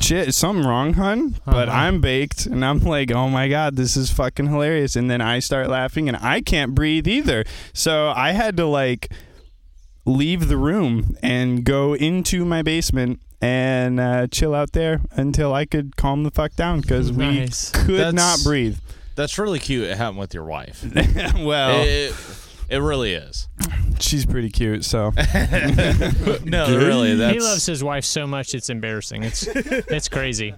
Speaker 5: shit, is something wrong, hun? But
Speaker 1: Uh-huh.
Speaker 5: I'm baked and I'm like, oh my God, this is fucking hilarious. And then I start laughing and I can't breathe either. So I had to like leave the room and go into my basement and uh, chill out there until I could calm the fuck down because we
Speaker 1: Nice.
Speaker 5: could
Speaker 4: That's-
Speaker 5: not breathe.
Speaker 4: That's really cute. It happened with your wife.
Speaker 5: well,
Speaker 3: Eh.
Speaker 4: It, it really is.
Speaker 5: she's pretty cute, so
Speaker 2: Oh,
Speaker 4: No, really. That's
Speaker 1: he loves his wife so much it's embarrassing. It's it's crazy.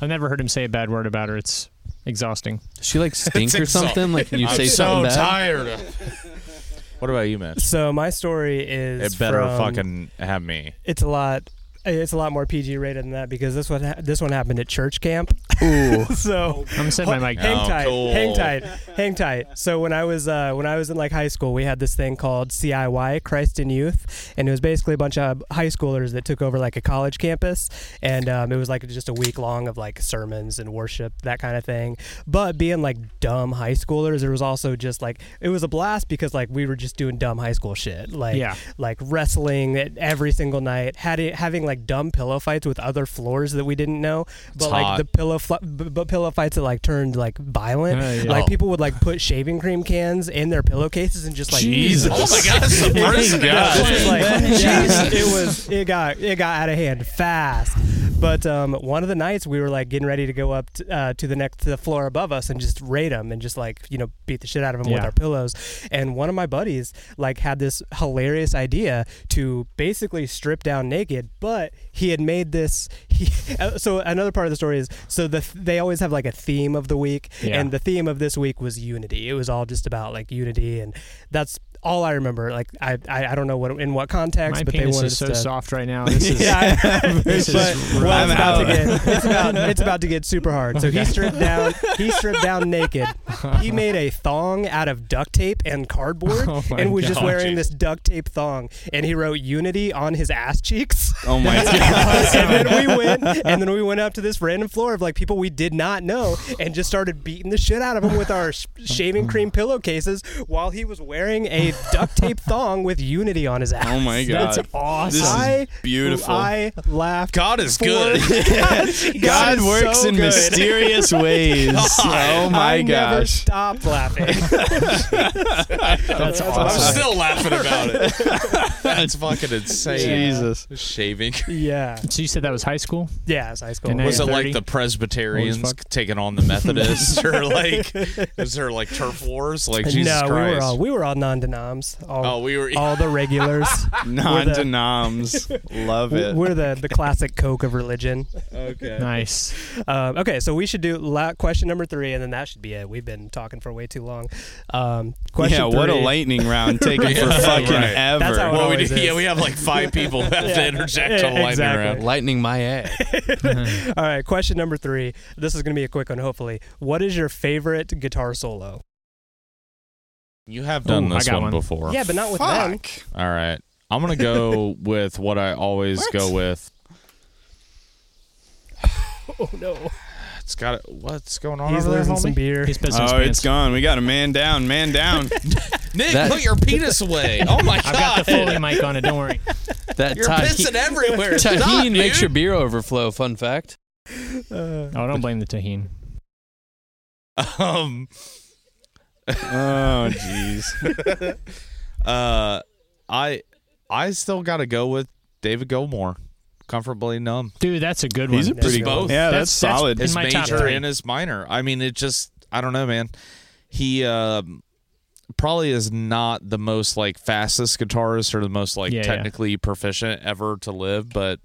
Speaker 1: I've never heard him say a bad word about her. It's exhausting.
Speaker 3: Does she like stink or
Speaker 4: It's exhausting.
Speaker 3: something? Like you
Speaker 4: I'm
Speaker 3: say
Speaker 4: so
Speaker 3: something bad.
Speaker 4: tired. Of, what about you, man?
Speaker 2: So my story is
Speaker 4: It better
Speaker 2: from-
Speaker 4: fucking have me.
Speaker 2: It's a lot. It's a lot more PG rated than that because this one ha- this one happened at church camp.
Speaker 3: Ooh.
Speaker 2: so
Speaker 1: I'm gonna set my mic down.
Speaker 2: hang
Speaker 4: Oh,
Speaker 2: tight,
Speaker 4: cool.
Speaker 2: hang tight, hang tight. So when I was uh, when I was in like high school, we had this thing called CIY, Christ in Youth, and it was basically a bunch of high schoolers that took over like a college campus, and um, it was like just a week long of like sermons and worship that kind of thing. But being like dumb high schoolers, there was also just like it was a blast because like we were just doing dumb high school shit, like
Speaker 1: Yeah.
Speaker 2: like wrestling at every single night, had it, having like dumb pillow fights with other floors that we didn't know, but like
Speaker 4: hot.
Speaker 2: the pillow fl- b- but pillow fights that like turned like violent.
Speaker 1: Uh, yeah.
Speaker 2: Like people would like put shaving cream cans in their pillowcases and just like
Speaker 5: Jesus.
Speaker 4: Oh my god, that's the first
Speaker 2: It was,
Speaker 4: guy.
Speaker 2: like, yeah, it was it got it got out of hand fast. But um, one of the nights we were like getting ready to go up t- uh, to the next to the floor above us and just raid them and just like you know beat the shit out of them with
Speaker 1: Yeah.
Speaker 2: our pillows. And one of my buddies like had this hilarious idea to basically strip down naked, but he had made this. He, uh, so another part of the story is so the they always have like a theme of the week,
Speaker 1: Yeah.
Speaker 2: and the theme of this week was unity. It was all just about like unity, and that's all I remember. Like I, I, I don't know what in what context,
Speaker 1: My
Speaker 2: but they
Speaker 1: penis
Speaker 2: wanted
Speaker 1: is so
Speaker 2: us to.
Speaker 1: soft right now. This is
Speaker 2: Yeah, I-
Speaker 1: this is
Speaker 2: but-
Speaker 1: rough.
Speaker 2: well,
Speaker 5: I'm
Speaker 2: it's about, to
Speaker 5: out.
Speaker 2: get, it's, about, it's about to get super hard. So he stripped down. He stripped down naked. He made a thong out of duct tape and cardboard,
Speaker 1: Oh my
Speaker 2: and was just
Speaker 1: God.
Speaker 2: wearing this duct tape thong. And he wrote "Unity" on his ass cheeks.
Speaker 5: oh my
Speaker 2: and then we went, and then we went up to this random floor of like people we did not know, and just started beating the shit out of him with our sh- shaving cream pillowcases while he was wearing a duct tape thong with Unity on his ass.
Speaker 5: Oh my god.
Speaker 1: That's awesome.
Speaker 5: This is
Speaker 2: I,
Speaker 5: beautiful.
Speaker 2: I laughed.
Speaker 4: God is good.
Speaker 2: God,
Speaker 5: God
Speaker 2: is
Speaker 5: works
Speaker 2: so
Speaker 5: in
Speaker 2: good.
Speaker 5: mysterious ways. Oh my
Speaker 2: I never
Speaker 5: gosh.
Speaker 2: stopped laughing.
Speaker 1: That's
Speaker 2: I'm
Speaker 4: I'm
Speaker 1: awesome.
Speaker 4: still laughing about it. That's fucking insane.
Speaker 5: Jesus.
Speaker 4: Shaving.
Speaker 2: yeah,
Speaker 1: So you said that was high school?
Speaker 2: yeah, it's high school.
Speaker 1: And now
Speaker 4: Was it
Speaker 1: you're
Speaker 4: like
Speaker 1: 30?
Speaker 4: the Presbyterians
Speaker 1: Holy fuck.
Speaker 4: taking on the Methodists, or like, is there like turf wars? Like Jesus
Speaker 2: no, we were
Speaker 4: Christ.
Speaker 2: all we were all non-denoms. All,
Speaker 4: oh, we were.
Speaker 2: all the regulars.
Speaker 5: Non denoms. Love it.
Speaker 2: we're the the classic Coke of religion.
Speaker 5: okay.
Speaker 1: Nice.
Speaker 2: Um, okay, so we should do la- question number three, and then that should be it. We've been talking for way too long. Um, question
Speaker 5: Yeah, what a
Speaker 2: three-
Speaker 5: lightning round taken for fucking
Speaker 4: Right.
Speaker 5: ever.
Speaker 2: That's how oh, it
Speaker 4: Well, we
Speaker 2: always
Speaker 4: do, yeah,
Speaker 2: is.
Speaker 4: we have like five people that have to
Speaker 2: Yeah.
Speaker 4: interject
Speaker 2: Yeah,
Speaker 4: on lightning
Speaker 2: exactly.
Speaker 4: round.
Speaker 3: Lightning my ass.
Speaker 2: All right, question number three. This is going to be a quick one, hopefully. What is your favorite guitar solo?
Speaker 4: You have
Speaker 1: Ooh,
Speaker 4: done
Speaker 1: I
Speaker 4: this
Speaker 1: got
Speaker 4: one,
Speaker 1: one.
Speaker 4: before.
Speaker 2: Yeah, but not with them.
Speaker 4: All right. I'm going to go with what I always
Speaker 5: What?
Speaker 4: go with.
Speaker 2: Oh no!
Speaker 4: It's got What's going on
Speaker 2: He's
Speaker 4: over there,
Speaker 2: losing some
Speaker 4: homie?
Speaker 2: beer.
Speaker 1: He's pissing his
Speaker 5: Oh,
Speaker 1: pants.
Speaker 5: it's gone. We got a man down, man down.
Speaker 4: Nick,
Speaker 3: That-
Speaker 4: put your penis away. Oh my
Speaker 1: I've got the Foley mic on it. Don't worry.
Speaker 3: That
Speaker 4: You're
Speaker 3: tahi-
Speaker 4: pissing everywhere.
Speaker 3: tahini
Speaker 4: Stop, dude.
Speaker 3: makes your beer overflow. Fun fact.
Speaker 2: Uh,
Speaker 1: Oh, don't blame the tahine.
Speaker 4: Um.
Speaker 5: oh, jeez.
Speaker 4: Uh, I I still got to go with David Gilmour. Comfortably numb.
Speaker 1: Dude, that's a good one.
Speaker 5: He's a pretty
Speaker 2: That's both.
Speaker 5: Yeah,
Speaker 1: That's-
Speaker 5: that's,
Speaker 1: that's-
Speaker 5: solid.
Speaker 1: In
Speaker 4: His
Speaker 1: my top
Speaker 4: major
Speaker 1: three.
Speaker 4: and his minor. I mean, it just I don't know, man. He um probably is not the most like fastest guitarist or the most like
Speaker 1: Yeah, yeah.
Speaker 4: technically proficient ever to live, but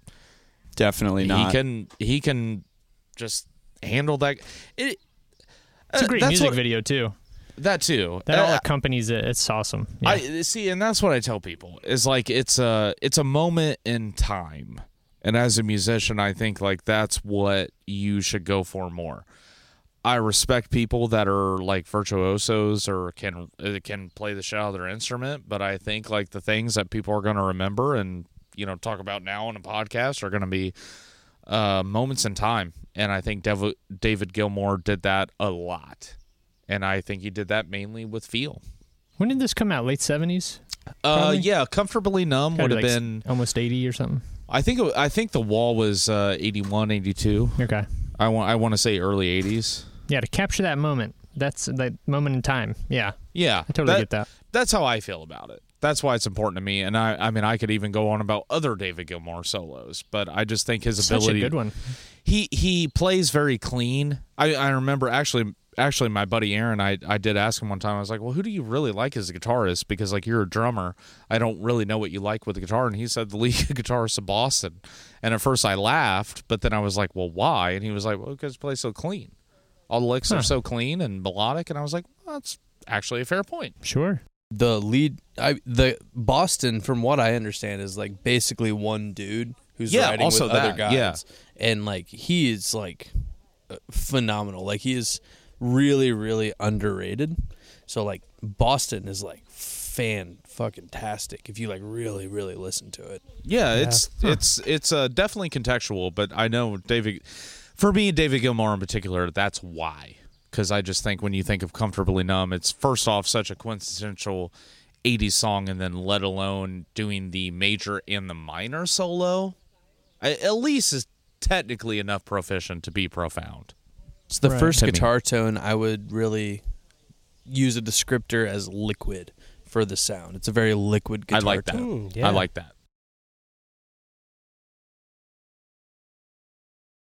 Speaker 5: Definitely not.
Speaker 4: He can he can just handle that. It,
Speaker 1: It's a
Speaker 4: uh,
Speaker 1: great
Speaker 4: that's
Speaker 2: Uh,
Speaker 1: music
Speaker 4: what-
Speaker 1: video too.
Speaker 4: that too.
Speaker 1: That all
Speaker 4: Uh,
Speaker 1: accompanies it. It's awesome. Yeah.
Speaker 4: I see, and that's what I tell people is like it's a it's a moment in time, and as a musician, I think like that's what you should go for more. I respect people that are like virtuosos or can uh, can play the shit out of their instrument, but I think like the things that people are going to remember and you know talk about now on a podcast are going to be uh, moments in time, and I think Dev- David Gilmour did that a lot, and I think he did that mainly with feel.
Speaker 1: when did this come out? Late seventies?
Speaker 4: Uh,
Speaker 1: Probably.
Speaker 4: yeah, comfortably numb would have been.
Speaker 1: almost eighty or something.
Speaker 4: I think. It, I think the wall was uh, 81, 82.
Speaker 1: Okay.
Speaker 4: I want. I want to say early eighties.
Speaker 1: Yeah, to capture that moment. That's that moment in time. Yeah,
Speaker 4: Yeah,
Speaker 1: I totally
Speaker 4: that-
Speaker 1: get that.
Speaker 4: That's how I feel about it. That's why it's important to me. And I. I mean, I could even go on about other David Gilmour solos, but I just think his
Speaker 1: Such
Speaker 4: ability.
Speaker 1: a good one.
Speaker 4: He he plays very clean. I I remember actually. Actually, my buddy Aaron, I, I did ask him one time. I was like, "Well, who do you really like as a guitarist? Because like you're a drummer, I don't really know what you like with the guitar." And he said, "The lead guitarist of Boston." And at first I laughed, but then I was like, well, why? And he was like, well, because it plays so clean. All the licks are so clean and melodic. And I was like, well, that's actually a fair point.
Speaker 1: Sure.
Speaker 3: the lead I the Boston from what I understand is like basically one dude who's
Speaker 4: Yeah,
Speaker 3: riding
Speaker 4: also
Speaker 3: with
Speaker 4: that,
Speaker 3: other guys
Speaker 4: yeah.
Speaker 3: and like he is like uh, phenomenal like he is really really underrated so like Boston is like fan fucking tastic if you like really really listen to it
Speaker 4: Yeah, it's it's it's uh, definitely contextual, but I know David. For me, David Gilmour in particular, that's why. Because I just think when you think of comfortably numb, it's first off such a quintessential '80s song, and then let alone doing the major and the minor solo. I, Elise is technically enough proficient to be profound.
Speaker 3: it's the
Speaker 1: Right.
Speaker 3: first
Speaker 4: To me.
Speaker 3: guitar tone I would really use a descriptor as liquid for the sound it's a very liquid guitar
Speaker 4: I like that.
Speaker 3: tone
Speaker 2: Hmm, yeah.
Speaker 4: I like that.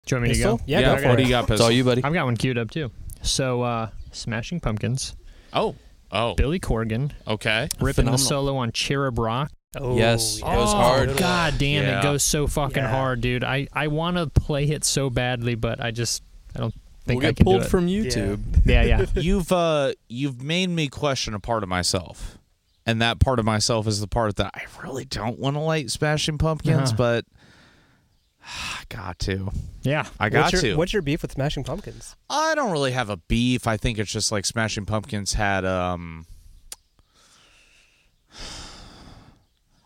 Speaker 1: Do you want me to go?
Speaker 2: Pistol? Yeah,
Speaker 4: yeah
Speaker 2: go for
Speaker 4: what do
Speaker 2: it.
Speaker 4: you got,
Speaker 3: it's all
Speaker 4: Pistol?
Speaker 3: you buddy
Speaker 1: I've got one queued up too. So, uh, Smashing Pumpkins,
Speaker 4: Oh, oh,
Speaker 1: Billy Corgan
Speaker 4: okay.
Speaker 1: ripping
Speaker 3: Phenomenal.
Speaker 1: the solo on Cherub Rock.
Speaker 2: Oh,
Speaker 3: Yes.
Speaker 2: yeah. Oh,
Speaker 3: goes hard.
Speaker 1: God damn,
Speaker 4: Yeah.
Speaker 1: it goes so fucking
Speaker 2: Yeah.
Speaker 1: hard, dude. I, I want to play it so badly, but I just I don't think
Speaker 3: we'll
Speaker 1: I
Speaker 3: get
Speaker 1: can do
Speaker 3: pulled
Speaker 1: it.
Speaker 3: from YouTube
Speaker 1: yeah, yeah.
Speaker 4: you've uh, you've made me question a part of myself, and that part of myself is the part that I really don't want to like Smashing Pumpkins,
Speaker 1: Uh-huh.
Speaker 4: but I got to.
Speaker 1: Yeah.
Speaker 4: I got
Speaker 2: what's your,
Speaker 4: to.
Speaker 2: What's your beef with Smashing Pumpkins?
Speaker 4: I don't really have a beef. I think it's just like Smashing Pumpkins had um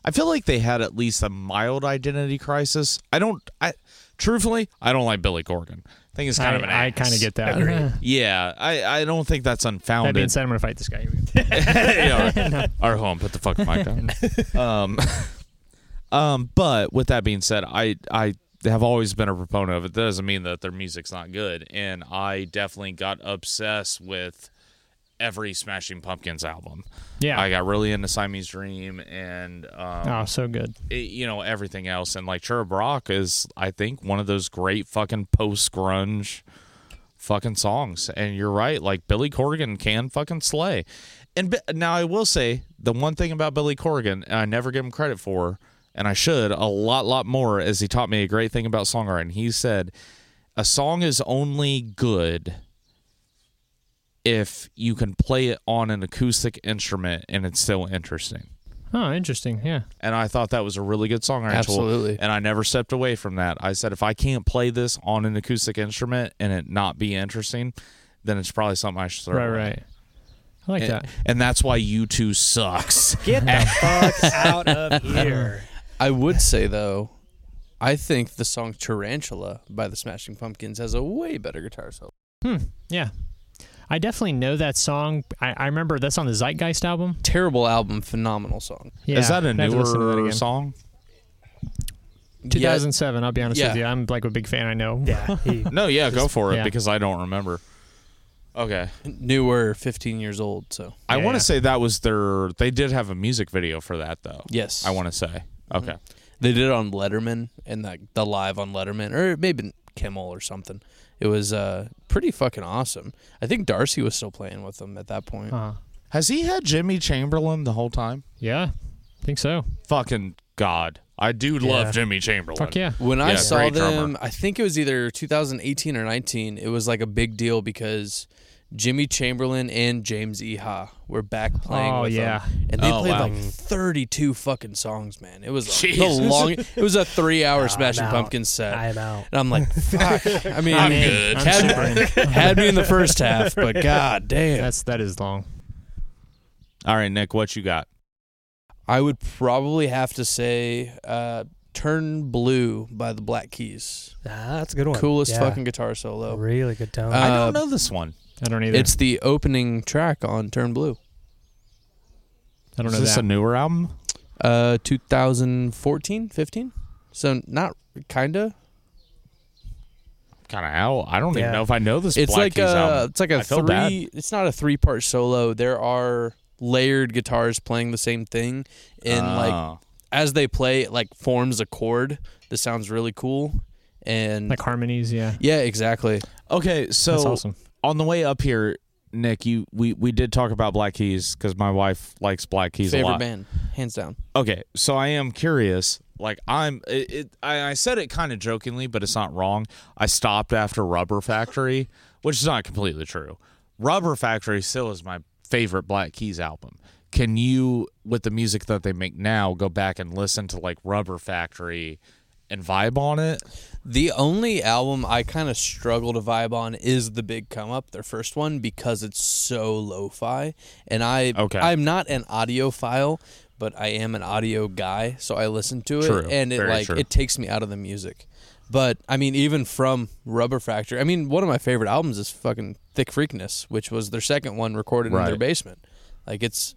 Speaker 4: I feel like they had at least a mild identity crisis. I don't I truthfully, I don't like Billy Corgan. I think it's kind of an
Speaker 1: I, I kind of
Speaker 4: ass.
Speaker 1: get that. Uh-huh.
Speaker 4: Yeah, I, I don't think that's
Speaker 1: That
Speaker 4: unfounded.
Speaker 1: being said, I'm gonna fight this guy. Here we go.
Speaker 4: yeah, all right. All right, hold on. Put the fucking mic down. Um, um, but with that being said, I I have always been a proponent of it. That doesn't mean that their music's not good, and I definitely got obsessed with every Smashing Pumpkins album.
Speaker 1: Yeah.
Speaker 4: I got really into Siamese Dream and um,
Speaker 1: oh, so good.
Speaker 4: it- you know everything else, and like Cherub Rock is I think one of those great fucking post grunge fucking songs. And you're right, like Billy Corgan can fucking slay. And bi- now I will say the one thing about Billy Corgan, and I never give him credit for, and I should a lot, lot more, as he taught me a great thing about songwriting. He said, "A song is only good." If you can play it on an acoustic instrument and it's still interesting
Speaker 1: Oh, interesting. Yeah.
Speaker 4: and I thought that was a really good songwriting
Speaker 3: Absolutely.
Speaker 4: tool. And I never stepped away from that. I said, if I can't play this on an acoustic instrument and it not be interesting, then it's probably something I should throw.
Speaker 1: Right,
Speaker 4: away.
Speaker 1: right. I like
Speaker 4: And,
Speaker 1: that.
Speaker 4: and that's why you two sucks.
Speaker 2: Get the fuck out of here.
Speaker 3: I would say though, I think the song "Tarantula" by the Smashing Pumpkins has a way better guitar solo.
Speaker 1: Yeah. I definitely know that song. I, I remember that's on the Zeitgeist album.
Speaker 3: Terrible album, phenomenal song.
Speaker 1: Yeah.
Speaker 4: Is that a
Speaker 1: I'd have to listen to that
Speaker 4: newer
Speaker 1: again.
Speaker 4: song?
Speaker 3: Yeah,
Speaker 1: 2007. I'll be honest
Speaker 3: Yeah.
Speaker 1: with you. I'm like a big fan. I know.
Speaker 2: Yeah, he,
Speaker 4: No, yeah, go for it
Speaker 1: yeah.
Speaker 4: because I don't remember. Okay.
Speaker 3: newer, 15 years old. So
Speaker 4: I
Speaker 1: Yeah,
Speaker 4: want to
Speaker 1: yeah.
Speaker 4: say that was their they did have a music video for that though.
Speaker 3: yes,
Speaker 4: I want to say.
Speaker 1: Mm-hmm.
Speaker 4: Okay.
Speaker 3: They did it on Letterman and like the live on Letterman, or maybe Kimmel or something. It was uh, pretty fucking awesome. I think Darcy was still playing with them at that point.
Speaker 1: Uh,
Speaker 4: Has he had Jimmy Chamberlain the whole time?
Speaker 1: yeah. I think so.
Speaker 4: Fucking god. I do love Jimmy Chamberlain.
Speaker 1: Fuck yeah.
Speaker 3: When I
Speaker 4: Yeah,
Speaker 3: saw
Speaker 4: great
Speaker 3: them,
Speaker 4: drummer.
Speaker 3: I think it was either 2018 or 19. It was like a big deal because Jimmy Chamberlain and James Eha were back playing.
Speaker 1: Oh,
Speaker 3: with them.
Speaker 1: yeah.
Speaker 3: and they
Speaker 4: Oh,
Speaker 3: played
Speaker 4: wow.
Speaker 3: like thirty-two fucking songs, man. It was a, the
Speaker 4: Jesus.
Speaker 3: long. It was a three-hour Smashing
Speaker 2: out.
Speaker 3: Pumpkins set.
Speaker 2: Oh, I am out.
Speaker 3: and I'm like, fuck. I mean,
Speaker 1: I'm in. I'm super
Speaker 3: Had,
Speaker 1: in.
Speaker 3: had me in the first half, but god damn.
Speaker 1: That's that is long.
Speaker 4: All right, Nick, what you got?
Speaker 3: I would probably have to say uh, "Turn Blue" by the Black Keys.
Speaker 2: Ah, that's a good one.
Speaker 3: Coolest
Speaker 2: Yeah.
Speaker 3: fucking guitar solo.
Speaker 2: Really good tone.
Speaker 3: Uh,
Speaker 4: I don't know this one.
Speaker 1: I don't either.
Speaker 3: It's the opening track on "Turn Blue,"
Speaker 1: I don't
Speaker 4: Is
Speaker 1: know
Speaker 4: this
Speaker 1: that.
Speaker 4: a newer album?
Speaker 3: uh, 2014, 15. So not kinda.
Speaker 4: Kind of how? I don't
Speaker 2: Yeah.
Speaker 4: even know if I know this.
Speaker 3: It's
Speaker 4: Black
Speaker 3: like
Speaker 4: Keys
Speaker 3: a
Speaker 4: album.
Speaker 3: it's like a
Speaker 4: I feel bad.
Speaker 3: three. It's not a three part solo. There are layered guitars playing the same thing, and like
Speaker 4: Oh.
Speaker 3: as they play, it like forms a chord that sounds really cool. And
Speaker 1: like harmonies, yeah.
Speaker 3: yeah, exactly.
Speaker 4: okay, so
Speaker 1: That's awesome.
Speaker 4: on the way up here, Nick, you we we did talk about Black Keys because my wife likes Black Keys a
Speaker 3: Favorite
Speaker 4: lot.
Speaker 3: band, hands down.
Speaker 4: Okay, so I am curious. Like I'm, it, it I, I said it kind of jokingly, but it's not wrong. I stopped after Rubber Factory, which is not completely true. Rubber Factory still is my favorite Black Keys album. Can you, with the music that they make now, go back and listen to like Rubber Factory and vibe on it?
Speaker 3: The only album I kind of struggle to vibe on is The Big Come Up, their first one, because it's so lo-fi. And I,
Speaker 4: Okay.
Speaker 3: I'm not an audiophile, but I am an audio guy, so I listen to it,
Speaker 4: True.
Speaker 3: and it
Speaker 4: Very
Speaker 3: like
Speaker 4: true.
Speaker 3: it takes me out of the music. But I mean, even from Rubber Factory, I mean, one of my favorite albums is fucking Thick Freakness, which was their second one recorded in their
Speaker 4: Right.
Speaker 3: basement. Like it's,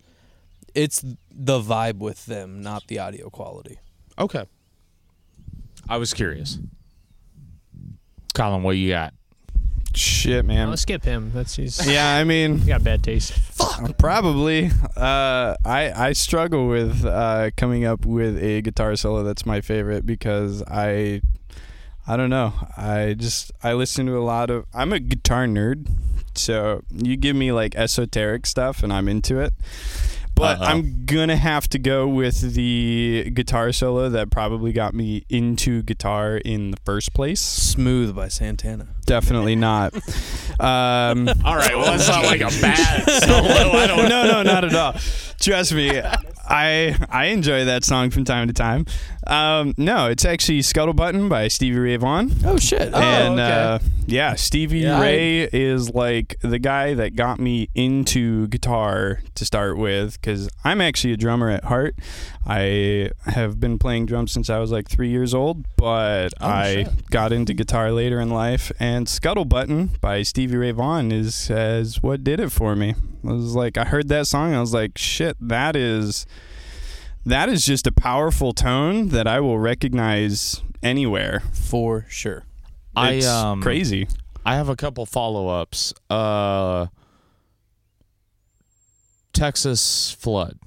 Speaker 3: it's the vibe with them, not the audio quality.
Speaker 4: Okay. I was curious. Colin, what you got?
Speaker 5: Shit, man.
Speaker 1: let's skip him. That's he's
Speaker 5: Yeah, I mean,
Speaker 1: he got bad taste.
Speaker 5: probably. Uh, I I struggle with uh, coming up with a guitar solo that's my favorite because I I don't know. I just I listen to a lot of. I'm a guitar nerd, so you give me like esoteric stuff and I'm into it. But
Speaker 4: Uh-oh.
Speaker 5: I'm gonna have to go with the guitar solo that probably got me into guitar in the first place.
Speaker 3: Smooth by Santana.
Speaker 5: Definitely not. Um,
Speaker 4: All right, well, that's not like a bad solo. I don't
Speaker 5: no, no, not at all. Trust me, I I enjoy that song from time to time. Um, no, it's actually Scuttle Button by Stevie Ray Vaughan.
Speaker 3: Oh shit!
Speaker 5: and uh, yeah, Stevie
Speaker 3: Yeah, I-
Speaker 5: Ray is like the guy that got me into guitar to start with because I'm actually a drummer at heart. I have been playing drums since I was like three years old, but
Speaker 4: Oh,
Speaker 5: I
Speaker 4: shit.
Speaker 5: got into guitar later in life. And Scuttle Button by Stevie Ray Vaughan is, is what did it for me. I was like, I heard that song, and I was like, shit, that is that is just a powerful tone that I will recognize anywhere.
Speaker 3: for sure.
Speaker 4: I
Speaker 5: It's
Speaker 4: um
Speaker 5: crazy.
Speaker 4: I have a couple follow ups. Uh, Texas flood.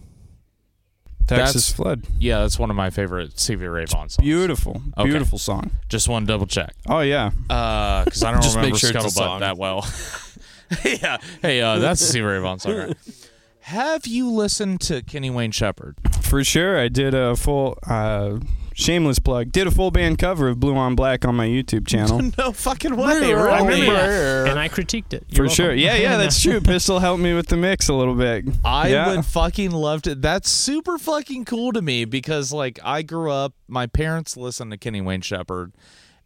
Speaker 5: Texas
Speaker 4: That's-
Speaker 5: Flood.
Speaker 4: Yeah, that's one of my favorite Stevie Ray Vaughan songs.
Speaker 5: Beautiful,
Speaker 4: Okay.
Speaker 5: beautiful song.
Speaker 4: Just want to double check
Speaker 5: Oh yeah,
Speaker 4: because I don't
Speaker 3: Just make
Speaker 4: remember
Speaker 3: sure it's a
Speaker 4: Scuttlebutt
Speaker 3: song.
Speaker 4: that well. yeah. Hey, uh, that's a Stevie Ray Vaughan song. right? Have you listened to Kenny Wayne Shepherd?
Speaker 5: for sure. I did a full uh, shameless plug. Did a full band cover of Blue on Black on my YouTube channel.
Speaker 4: no fucking
Speaker 1: I
Speaker 4: way.
Speaker 1: remember,
Speaker 5: Brr.
Speaker 1: and I critiqued it.
Speaker 5: For
Speaker 1: You're
Speaker 5: sure.
Speaker 1: welcome.
Speaker 5: Yeah, yeah, that's true. Pistol helped me with the mix a little bit.
Speaker 4: I
Speaker 5: Yeah.
Speaker 4: would fucking love to. That's super fucking cool to me because, like, I grew up, my parents listened to Kenny Wayne Shepherd.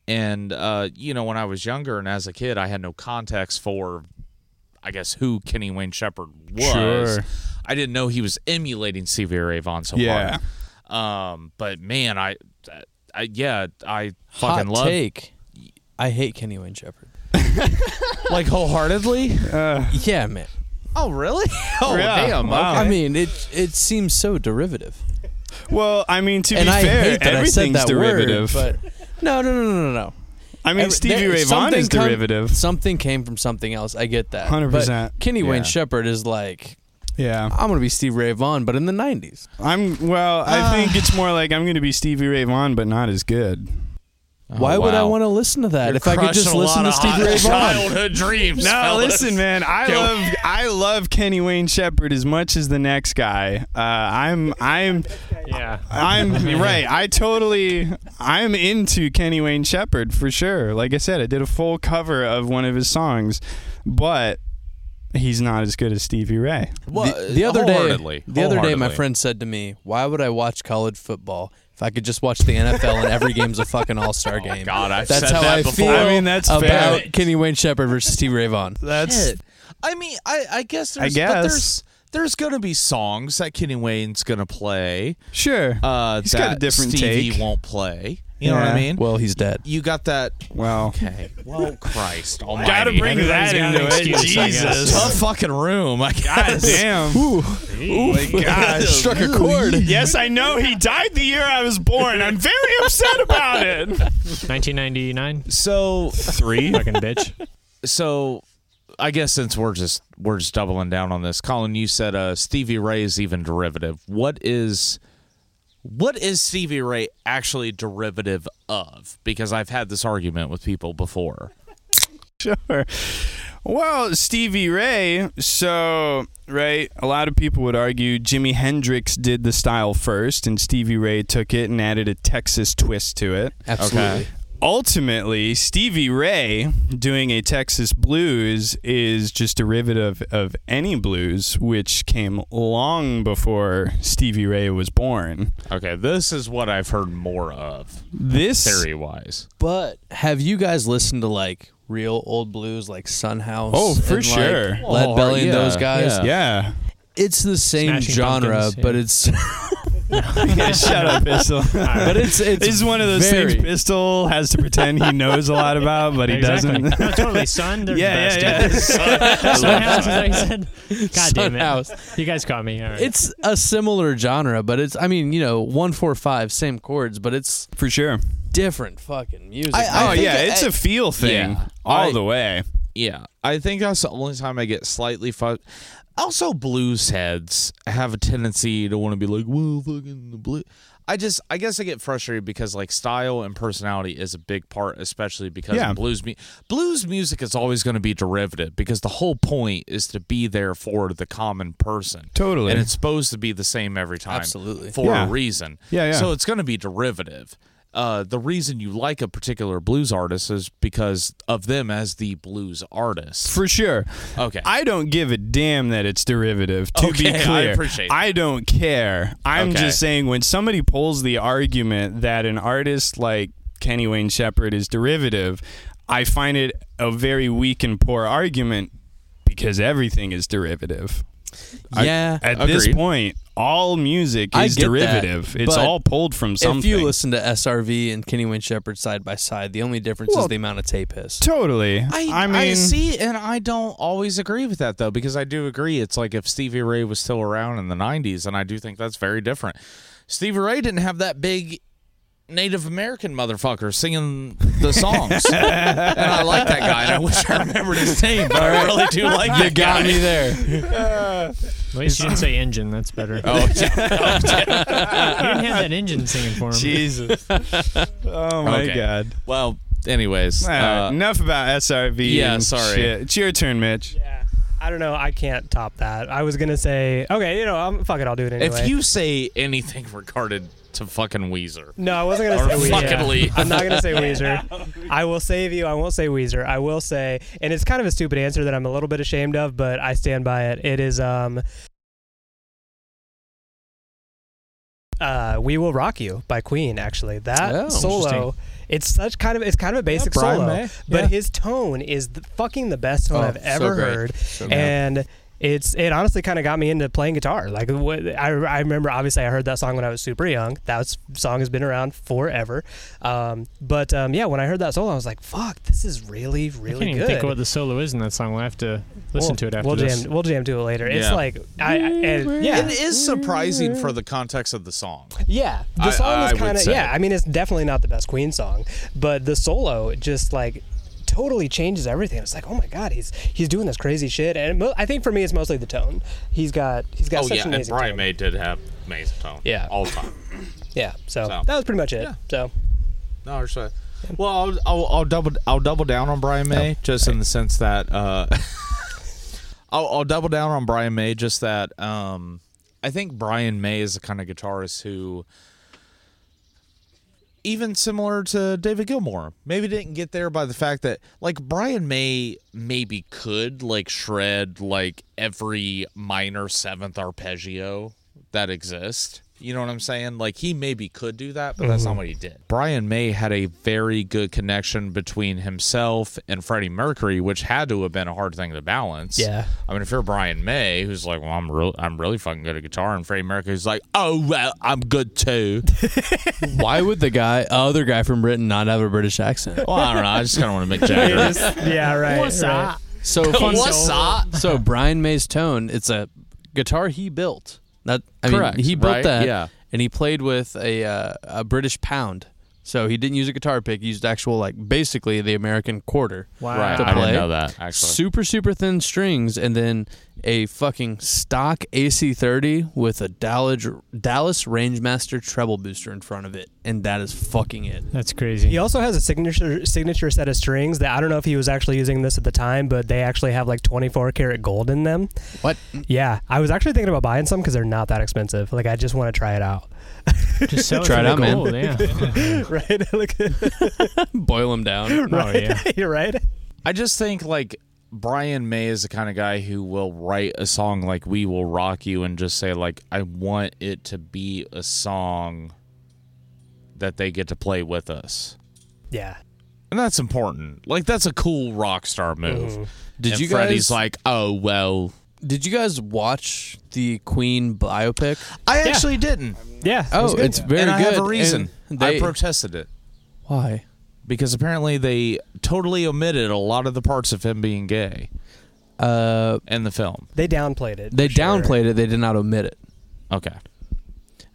Speaker 4: And, uh, you know, when I was younger and as a kid, I had no context for, I guess, who Kenny Wayne Shepherd was.
Speaker 5: Sure.
Speaker 4: I didn't know he was emulating Stevie Ray Vaughan so
Speaker 5: Yeah.
Speaker 4: hard. Um, but, man, I, I, yeah, I
Speaker 3: Hot
Speaker 4: fucking love
Speaker 3: take. I hate Kenny Wayne Shepherd.
Speaker 4: Like, wholeheartedly?
Speaker 5: Uh,
Speaker 3: Yeah, man.
Speaker 4: oh, really? Oh,
Speaker 5: Yeah.
Speaker 4: damn.
Speaker 5: Wow.
Speaker 4: Okay.
Speaker 3: I mean, it it seems so derivative.
Speaker 5: well, I mean, to
Speaker 3: and
Speaker 5: be
Speaker 3: I
Speaker 5: fair,
Speaker 3: hate that
Speaker 5: everything's
Speaker 3: I said that
Speaker 5: derivative.
Speaker 3: word, but no, no, no, no, no, no.
Speaker 5: I mean,
Speaker 3: Every-
Speaker 5: Stevie
Speaker 3: there-
Speaker 5: Ray Vaughan
Speaker 3: something
Speaker 5: is
Speaker 3: come-
Speaker 5: derivative.
Speaker 3: Something came from something else. I get that.
Speaker 5: 100%.
Speaker 3: But Kenny
Speaker 4: Yeah.
Speaker 3: Wayne Shepherd is like,
Speaker 5: yeah,
Speaker 3: I'm gonna be Steve Ray Vaughan, but in the '90s.
Speaker 5: I'm. Well,
Speaker 3: Ah.
Speaker 5: I think it's more like I'm going to be Stevie Ray Vaughan, but not as good.
Speaker 4: Oh,
Speaker 3: Why would I
Speaker 4: wow.
Speaker 3: want to listen to that
Speaker 4: You're
Speaker 3: if I could just
Speaker 4: crushing a lot
Speaker 3: listen to
Speaker 4: of
Speaker 3: Steve
Speaker 4: hot
Speaker 3: Ray Vaughan?
Speaker 4: Childhood dreams.
Speaker 5: No,
Speaker 4: fellas.
Speaker 5: listen, man. I
Speaker 4: Go.
Speaker 5: love I love Kenny Wayne Shepherd as much as the next guy. Uh, I'm I'm
Speaker 1: Yeah.
Speaker 5: I'm right. I totally I'm into Kenny Wayne Shepherd for sure. Like I said, I did a full cover of one of his songs, but he's not as good as Stevie Ray.
Speaker 3: the, the other day,
Speaker 4: wholeheartedly,
Speaker 3: the other day, my
Speaker 4: wholeheartedly.
Speaker 3: friend said to me, "Why would I watch college football if I could just watch the NFL and every game's a fucking All Star game?"
Speaker 4: God, I've
Speaker 3: that's
Speaker 4: said
Speaker 3: how
Speaker 4: that
Speaker 3: I
Speaker 4: before.
Speaker 3: feel.
Speaker 5: I mean, that's
Speaker 3: about
Speaker 5: fair.
Speaker 3: Kenny Wayne Shepherd versus Steve Ray Vaughan.
Speaker 5: That's
Speaker 4: Shit. I mean, I, I guess
Speaker 5: I
Speaker 4: there's, But
Speaker 5: guess.
Speaker 4: there's there's gonna be songs that Kenny Wayne's gonna play.
Speaker 5: sure.
Speaker 4: Uh,
Speaker 5: He's
Speaker 4: that
Speaker 5: got a different
Speaker 4: Stevie
Speaker 5: take.
Speaker 4: won't play. You know what
Speaker 5: Yeah.
Speaker 4: I mean?
Speaker 3: Well, he's dead.
Speaker 4: you got that.
Speaker 5: well,
Speaker 4: Okay. Well, Christ Almighty.
Speaker 5: gotta bring
Speaker 1: Everybody's
Speaker 5: that
Speaker 1: got an
Speaker 5: into it.
Speaker 1: excuse, I guess.
Speaker 5: Jesus.
Speaker 4: tough fucking room. I
Speaker 5: God
Speaker 4: guess.
Speaker 5: damn. Ooh. my God.
Speaker 3: Struck a chord.
Speaker 5: Yes, I know he died the year I was born. I'm very upset about it.
Speaker 1: 1999.
Speaker 4: So
Speaker 5: Three.
Speaker 1: Fucking bitch.
Speaker 4: so I guess since we're just we're just doubling down on this, Colin, you said uh, Stevie Ray is even derivative. What is what is Stevie Ray actually derivative of? Because I've had this argument with people before.
Speaker 5: Sure. Well, Stevie Ray, so, right, a lot of people would argue Jimi Hendrix did the style first, and Stevie Ray took it and added a Texas twist to it. Uh,
Speaker 3: Absolutely.
Speaker 5: Ultimately, Stevie Ray doing a Texas blues is just derivative of any blues, which came long before Stevie Ray was born.
Speaker 4: Okay, this is what I've heard more of
Speaker 5: This
Speaker 4: theory wise.
Speaker 3: But have you guys listened to like real old blues, like Sunhouse?
Speaker 5: Oh, for
Speaker 3: and, like,
Speaker 5: sure.
Speaker 3: Lead
Speaker 4: Oh,
Speaker 3: Belly and
Speaker 4: yeah,
Speaker 3: those guys.
Speaker 4: yeah.
Speaker 5: Yeah.
Speaker 3: It's the same
Speaker 1: Smashing
Speaker 3: genre,
Speaker 1: Pumpkins, yeah.
Speaker 3: but it's
Speaker 5: Yeah, shut up, Pistol.
Speaker 3: but it's it's
Speaker 5: This is one of those
Speaker 3: very,
Speaker 5: things Pistol has to pretend he knows a lot about, but he
Speaker 1: exactly.
Speaker 5: doesn't.
Speaker 1: No, totally, son. They're
Speaker 5: Yeah,
Speaker 1: the
Speaker 5: yeah,
Speaker 1: best. Yeah, Sunhouse, is that what you said? God damn it.
Speaker 3: Sunhouse.
Speaker 1: You guys caught me. All right.
Speaker 3: It's a similar genre, but it's I mean you know one four five same chords, but it's
Speaker 5: For sure.
Speaker 3: different fucking music.
Speaker 5: Oh
Speaker 3: man.
Speaker 5: yeah,
Speaker 4: I-
Speaker 5: it's a feel thing
Speaker 4: Yeah.
Speaker 5: all
Speaker 4: I-
Speaker 5: the way.
Speaker 4: Yeah, I think that's the only time I get slightly fucked. Also, blues heads have a tendency to want to be like, "Well, fucking the blue." I just, I guess, I get frustrated because like style and personality is a big part, especially because
Speaker 5: Yeah.
Speaker 4: blues mu- blues music is always going to be derivative because the whole point is to be there for the common person.
Speaker 5: Totally.
Speaker 4: and it's supposed to be the same every time,
Speaker 3: Absolutely.
Speaker 4: for a
Speaker 5: Yeah.
Speaker 4: reason.
Speaker 5: Yeah, yeah.
Speaker 4: So it's going to be derivative. Uh, the reason you like a particular blues artist is because of them as the blues artist.
Speaker 5: For sure.
Speaker 4: Okay.
Speaker 5: I don't give a damn that it's derivative. To be
Speaker 4: Okay, I
Speaker 5: clear,
Speaker 4: appreciate
Speaker 5: I don't care. I'm
Speaker 4: Okay.
Speaker 5: just saying when somebody pulls the argument that an artist like Kenny Wayne Shepherd is derivative, I find it a very weak and poor argument because everything is derivative. I-
Speaker 3: yeah.
Speaker 5: At this
Speaker 4: Agreed.
Speaker 5: point, all music
Speaker 3: I
Speaker 5: is
Speaker 3: get that,
Speaker 5: derivative. it's
Speaker 3: but
Speaker 5: all pulled from something.
Speaker 3: If you listen to SRV and Kenny Wayne Shepherd side by side, the only difference
Speaker 5: Well,
Speaker 3: is the amount of tape hiss.
Speaker 5: totally.
Speaker 4: I,
Speaker 5: mean,
Speaker 4: I see, and I don't always agree with that though, because I do agree. It's like if Stevie Ray was still around in the '90s, and I do think that's very different. Stevie Ray didn't have that big Native American motherfucker singing the songs, and I like that guy, and I wish I remembered his name, but I really do like that guy.
Speaker 3: Got me there.
Speaker 1: At least you didn't say engine. That's better. Oh, you didn't have that engine singing for him.
Speaker 5: Jesus. oh my
Speaker 4: Okay.
Speaker 5: God.
Speaker 4: Well, anyways,
Speaker 5: Uh,
Speaker 4: uh,
Speaker 5: enough about SRV.
Speaker 4: yeah,
Speaker 5: and
Speaker 4: sorry.
Speaker 5: shit. It's your turn, Mitch.
Speaker 2: Yeah. I don't know. I can't top that. I was gonna say, okay, you know, I'm, fuck it, I'll do it anyway.
Speaker 4: if you say anything regarded to fucking Weezer,
Speaker 2: no, I wasn't gonna
Speaker 4: Or
Speaker 2: say Weezer.
Speaker 4: fucking Lee.
Speaker 2: I'm not gonna say Weezer. I will save you. I won't say Weezer. I will say, and it's kind of a stupid answer that I'm a little bit ashamed of, but I stand by it. It is um. Uh, we will rock you by Queen. Actually, that
Speaker 3: Oh,
Speaker 2: solo, it's such kind of it's kind of a basic
Speaker 4: Brian
Speaker 2: solo,
Speaker 4: May.
Speaker 2: but
Speaker 4: Yeah.
Speaker 2: his tone is the, fucking the best tone
Speaker 3: Oh,
Speaker 2: I've
Speaker 3: so
Speaker 2: ever
Speaker 3: great.
Speaker 2: heard.
Speaker 3: So good.
Speaker 2: and it's it honestly kind of got me into playing guitar. Like what, I, I remember, obviously, I heard that song when I was super young. That was- song has been around forever. Um, but um, yeah, when I heard that solo, I was like, "Fuck, this is really,
Speaker 1: I can't
Speaker 2: really
Speaker 1: even
Speaker 2: good."
Speaker 1: think of what the solo is in that song. We'll have to listen
Speaker 2: We'll-
Speaker 1: to it after
Speaker 2: we'll
Speaker 1: this.
Speaker 2: jam, we'll jam to it later. It's
Speaker 4: Yeah.
Speaker 2: like, I, I and, yeah,
Speaker 4: it is surprising for the context of the song.
Speaker 2: yeah. The
Speaker 4: I-
Speaker 2: song
Speaker 4: I
Speaker 2: is
Speaker 4: would
Speaker 2: kind of
Speaker 4: say.
Speaker 2: yeah. I mean, it's definitely not the best Queen song, but the solo just like totally changes everything. It's like, oh my god, he's he's doing this crazy shit, and mo- I think for me, it's mostly the tone. He's got he's got
Speaker 4: Oh
Speaker 2: such
Speaker 4: yeah,
Speaker 2: an
Speaker 4: and
Speaker 2: amazing
Speaker 4: Brian
Speaker 2: tone.
Speaker 4: May did have amazing tone.
Speaker 2: Yeah.
Speaker 4: all the time.
Speaker 2: Yeah, so,
Speaker 4: So.
Speaker 2: that was pretty much it.
Speaker 4: Yeah.
Speaker 2: So
Speaker 4: No, I'm sorry. Well, I'll, I'll, I'll double I'll double down on Brian May just in the sense that uh, I'll, I'll double down on Brian May just that um, I think Brian May is the kind of guitarist who even similar to David Gilmour. Maybe didn't get there by the fact that like Brian May maybe could like shred like every minor seventh arpeggio that exists. You know what I'm saying? Like he maybe could do that, but that's not what he did. Brian May had a very good connection between himself and Freddie Mercury, which had to have been a hard thing to balance.
Speaker 2: Yeah.
Speaker 4: I mean, if you're Brian May, who's like, "Well, I'm real, I'm really fucking good at guitar," and Freddie Mercury's like, "Oh well, I'm good too."
Speaker 3: Why would the guy, other guy from Britain, not have a British accent?
Speaker 4: Well, I don't know. I just kind of want to make Jagger.
Speaker 2: yeah, right. right.
Speaker 3: So fun.
Speaker 4: What's up?
Speaker 3: So Brian May's tone, it's a guitar he built. That I
Speaker 4: Correct,
Speaker 3: mean, he built
Speaker 4: right?
Speaker 3: that.
Speaker 4: Yeah.
Speaker 3: And he played with a uh, a British pound. So he didn't use a guitar pick. He used actual like basically the American quarter.
Speaker 1: Wow.
Speaker 4: Right,
Speaker 3: to
Speaker 4: I
Speaker 3: play.
Speaker 4: didn't know that actually.
Speaker 3: Super super thin strings, and then a fucking stock AC30 with a Dallas Dallas Rangemaster treble booster in front of it, and that is fucking it.
Speaker 1: That's crazy.
Speaker 2: He also has a signature signature set of strings that I don't know if he was actually using this at the time, but they actually have like 24 karat gold in them.
Speaker 3: What?
Speaker 2: Yeah, I was actually thinking about buying some because they're not that expensive. Like I just want to try it out.
Speaker 1: Just sell it
Speaker 3: Try
Speaker 1: for
Speaker 3: it
Speaker 1: the
Speaker 3: out, man.
Speaker 1: gold, Yeah.
Speaker 2: right? Like,
Speaker 4: Oh,
Speaker 3: Boil them down.
Speaker 1: Oh yeah.
Speaker 2: you're right.
Speaker 4: I just think like Brian May is the kind of guy who will write a song like "We Will Rock You" and just say like, "I want it to be a song that they get to play with us,"
Speaker 2: Yeah.
Speaker 4: and that's important. Like that's a cool rock star move.
Speaker 2: Mm-hmm.
Speaker 3: Did
Speaker 4: and
Speaker 3: you
Speaker 4: Freddie's
Speaker 3: guys
Speaker 4: like, "Oh well."
Speaker 3: Did you guys watch the Queen biopic?
Speaker 4: I actually didn't,
Speaker 2: Yeah.
Speaker 3: Oh, it's very
Speaker 4: and
Speaker 3: good.
Speaker 4: I have a reason.
Speaker 3: And They,
Speaker 4: I protested it
Speaker 3: why?
Speaker 4: because apparently they totally omitted a lot of the parts of him being gay
Speaker 3: Uh,
Speaker 4: in the film.
Speaker 2: They downplayed it.
Speaker 3: they
Speaker 2: for sure.
Speaker 3: downplayed it. They did not omit it.
Speaker 4: Okay,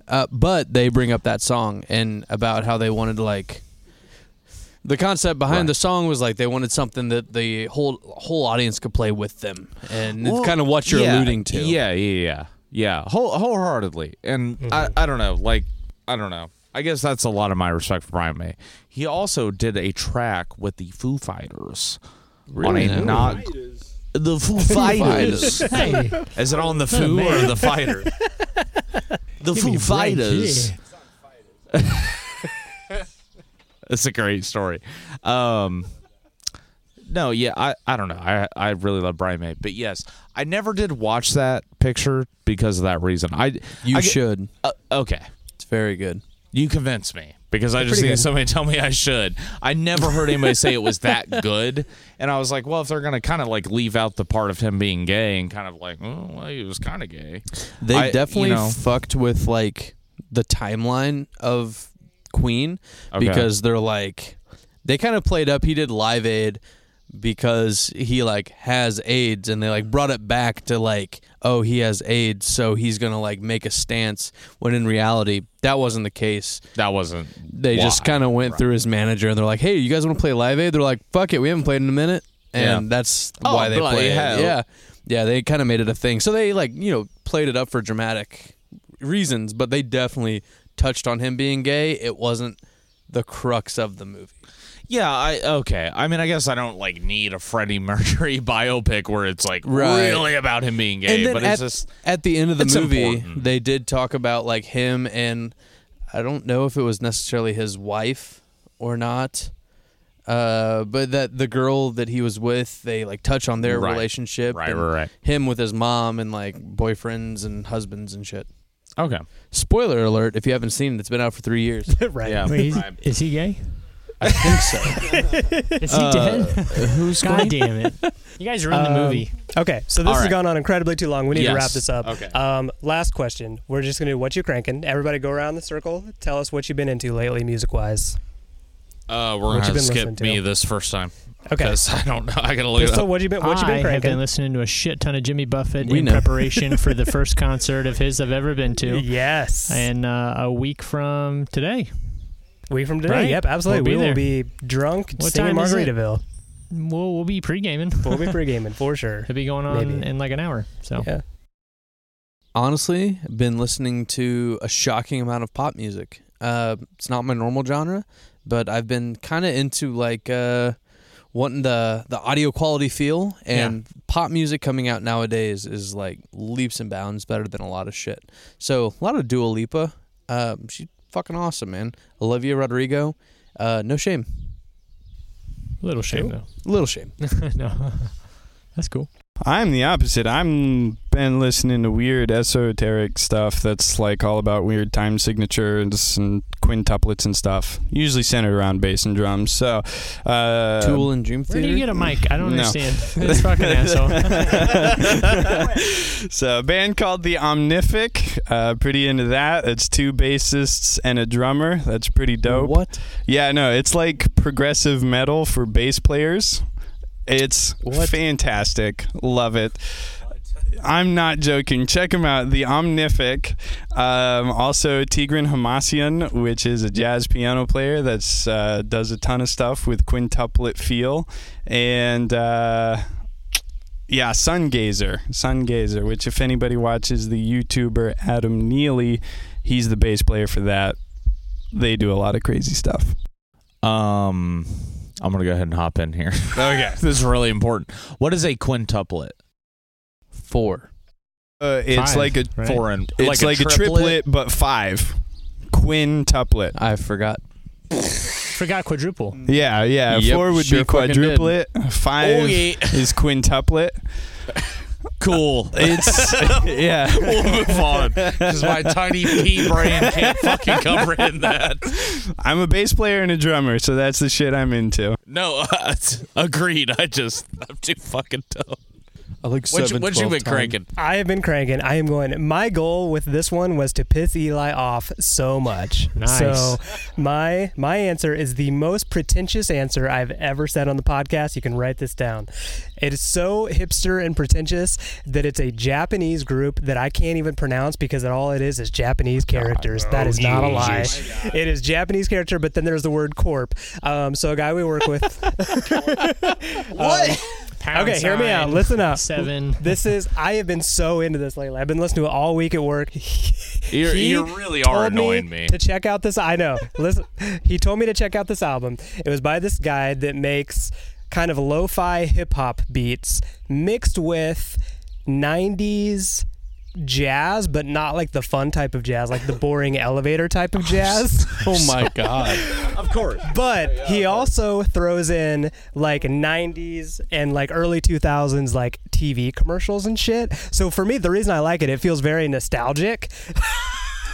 Speaker 3: Uh, but they bring up that song and about how they wanted like the concept behind
Speaker 4: Right.
Speaker 3: the song was like they wanted something that the whole whole audience could play with them, and
Speaker 4: Well,
Speaker 3: it's kind of what you're
Speaker 4: yeah,
Speaker 3: alluding to.
Speaker 4: Yeah, yeah, yeah, yeah. Whole, wholeheartedly, and I, I don't know, like, I don't know. I guess that's a lot of my respect for Brian May. He also did a track with the Foo Fighters
Speaker 3: Really?
Speaker 4: on a
Speaker 3: Ooh.
Speaker 4: not the Foo Fighters. Is it on
Speaker 3: Oh,
Speaker 4: the Foo or the Fighter? The Foo Fighters. It's a great story. Um, no, yeah, I, I don't know. I, I really love Brian May, but yes, I never did watch that picture because of that reason. I
Speaker 3: you
Speaker 4: I get-
Speaker 3: should.
Speaker 4: uh, okay,
Speaker 3: It's very good.
Speaker 4: you convinced me because I just
Speaker 2: pretty
Speaker 4: needed
Speaker 2: good.
Speaker 4: somebody to tell me I should. I never heard anybody say it was that good, and I was like, well, if they're gonna kind of like leave out the part of him being gay and kind of like, oh, well, he was kind of gay.
Speaker 3: They
Speaker 4: I- you
Speaker 3: definitely
Speaker 4: know.
Speaker 3: fucked with like the timeline of Queen
Speaker 4: Okay.
Speaker 3: because they're like they kind of played up he did Live Aid because he like has AIDS and they like brought it back to like oh he has AIDS so he's going to like make a stance when in reality that wasn't the case.
Speaker 4: That wasn't.
Speaker 3: They just
Speaker 4: why.
Speaker 3: kind of went through his manager and they're like hey you guys want to play Live Aid? They're like fuck it we haven't played in a minute and
Speaker 4: Yeah.
Speaker 3: that's
Speaker 4: Oh,
Speaker 3: why they
Speaker 4: bloody
Speaker 3: played.
Speaker 4: hell.
Speaker 3: Yeah. Yeah, they kind of made it a thing. So they like, you know, played it up for dramatic reasons, but they definitely touched on him being gay. It wasn't the crux of the movie.
Speaker 4: Yeah, I okay. I mean, I guess I don't like need a Freddie Mercury biopic where it's like
Speaker 3: Right.
Speaker 4: really about him being gay, but
Speaker 3: at,
Speaker 4: it's just
Speaker 3: at the end of the
Speaker 4: it's
Speaker 3: movie,
Speaker 4: important.
Speaker 3: they did talk about like him and I don't know if it was necessarily his wife or not. Uh, but that the girl that he was with, they like touch on their
Speaker 4: Right.
Speaker 3: relationship,
Speaker 4: Right,
Speaker 3: and
Speaker 4: right, right.
Speaker 3: him with his mom and like boyfriends and husbands and shit.
Speaker 4: okay.
Speaker 3: Spoiler alert, if you haven't seen it, it's been out for three years.
Speaker 2: right.
Speaker 4: Yeah.
Speaker 1: Wait, he's- is he gay?
Speaker 3: I think so.
Speaker 1: Is he dead?
Speaker 3: Who's
Speaker 1: God damn it! You guys ruined the
Speaker 2: Um,
Speaker 1: movie.
Speaker 2: Okay, so this
Speaker 4: All
Speaker 2: has
Speaker 4: right.
Speaker 2: gone on incredibly too long. We need to
Speaker 4: Yes.
Speaker 2: wrap this up.
Speaker 4: Okay.
Speaker 2: Um, last question. We're just gonna do what you cranking. Everybody, go around the circle. Tell us what you've been into lately, music wise.
Speaker 4: Uh,
Speaker 2: What
Speaker 4: we're
Speaker 2: you
Speaker 4: gonna
Speaker 2: been
Speaker 4: skip
Speaker 2: listening to?
Speaker 4: me this first time
Speaker 2: Okay.
Speaker 4: because I don't know. I gotta look it
Speaker 2: Pistol,
Speaker 4: up.
Speaker 2: what you been? What you been
Speaker 1: I have been
Speaker 2: cranking?
Speaker 1: listening to a shit ton of Jimmy Buffett
Speaker 3: We
Speaker 1: in
Speaker 3: know.
Speaker 1: preparation for the first concert of his I've ever been to,
Speaker 2: Yes.
Speaker 1: and uh, a week from today,
Speaker 2: we from today.
Speaker 1: Right?
Speaker 2: Yep, absolutely.
Speaker 1: We'll be
Speaker 2: we
Speaker 1: there.
Speaker 2: will be drunk
Speaker 1: What
Speaker 2: singing
Speaker 1: time is it?
Speaker 2: Margaritaville.
Speaker 1: we'll we'll be pre-gaming.
Speaker 2: we'll be pre-gaming for sure.
Speaker 1: It'll be going on
Speaker 2: Maybe.
Speaker 1: in like an hour. So
Speaker 2: Yeah.
Speaker 3: Honestly, I've been listening to a shocking amount of pop music. Uh, it's not my normal genre, but I've been kind of into like uh, wanting the the audio quality feel, and pop music coming out nowadays is like leaps and bounds better than a lot of shit. So a lot of Dua Lipa. Um, she fucking awesome, man. Olivia Rodrigo, uh, no shame,
Speaker 1: Little shame though.
Speaker 3: little shame.
Speaker 1: no, that's cool.
Speaker 5: I'm the opposite. I'm been listening to weird esoteric stuff that's like all about weird time signatures and quintuplets and stuff, usually centered around bass and drums. So, uh,
Speaker 3: Tool and Dream
Speaker 1: Where
Speaker 3: Theater.
Speaker 1: do you get a mic? I don't
Speaker 5: No.
Speaker 1: understand. This fucking asshole.
Speaker 5: so a band called the Omnific. Uh, pretty into that. It's two bassists and a drummer. That's pretty dope.
Speaker 3: What?
Speaker 5: Yeah, no, it's like progressive metal for bass players. It's
Speaker 3: What?
Speaker 5: fantastic. Love it. I'm not joking. Check them out. The Omnific. Um, also, Tigran Hamasyan, which is a jazz piano player that's uh, does a ton of stuff with quintuplet feel. And uh, yeah, Sungazer. Sungazer, which, if anybody watches the YouTuber Adam Neely, he's the bass player for that. They do a lot of crazy stuff.
Speaker 4: Um, I'm gonna go ahead and hop in here.
Speaker 5: Okay.
Speaker 4: this is really important. What is a quintuplet?
Speaker 3: Four.
Speaker 5: Uh, it's
Speaker 1: Five,
Speaker 5: like a
Speaker 1: right?
Speaker 4: Four and
Speaker 5: it's like, a, triplet? but five quintuplet.
Speaker 3: I forgot.
Speaker 1: Forgot quadruple.
Speaker 2: Mm.
Speaker 5: Yeah, yeah.
Speaker 3: Yep,
Speaker 5: Four would
Speaker 3: sure
Speaker 5: be
Speaker 3: fucking did.
Speaker 5: quadruplet. Five is quintuplet.
Speaker 4: Cool.
Speaker 5: It's yeah.
Speaker 7: We'll move on because my tiny pea brain can't fucking comprehend that.
Speaker 5: I'm a bass player and a drummer, so that's the shit I'm into.
Speaker 7: No, uh, agreed. I just I'm too fucking dumb.
Speaker 3: I like
Speaker 7: What you, what you been cranking?
Speaker 2: I have been cranking. I am going. My goal with this one was to piss Eli off so much.
Speaker 1: Nice.
Speaker 2: So my my answer is the most pretentious answer I've ever said on the podcast. You can write this down. It is so hipster and pretentious that it's a Japanese group that I can't even pronounce because all it is is Japanese characters. that is not a lie. It is Japanese character, but then there's the word corp. Um, so a guy we work with. what?
Speaker 1: Pound
Speaker 2: okay, hear me out.
Speaker 1: sign,
Speaker 2: Listen up.
Speaker 1: Seven.
Speaker 2: This is I have been so into this lately. I've been listening to it all week at work.
Speaker 7: You're,
Speaker 2: He
Speaker 7: you really are
Speaker 2: told me
Speaker 7: annoying me.
Speaker 2: to check out this. I know. Listen, he told me to check out this album. It was by this guy that makes kind of lo-fi hip hop beats mixed with '90s jazz, but not like the fun type of jazz, like the boring elevator type of jazz.
Speaker 3: Oh my god.
Speaker 4: of course.
Speaker 2: But he also throws in like 90s and like early 2000s like TV commercials and shit. So for me, the reason I like it, it feels very nostalgic.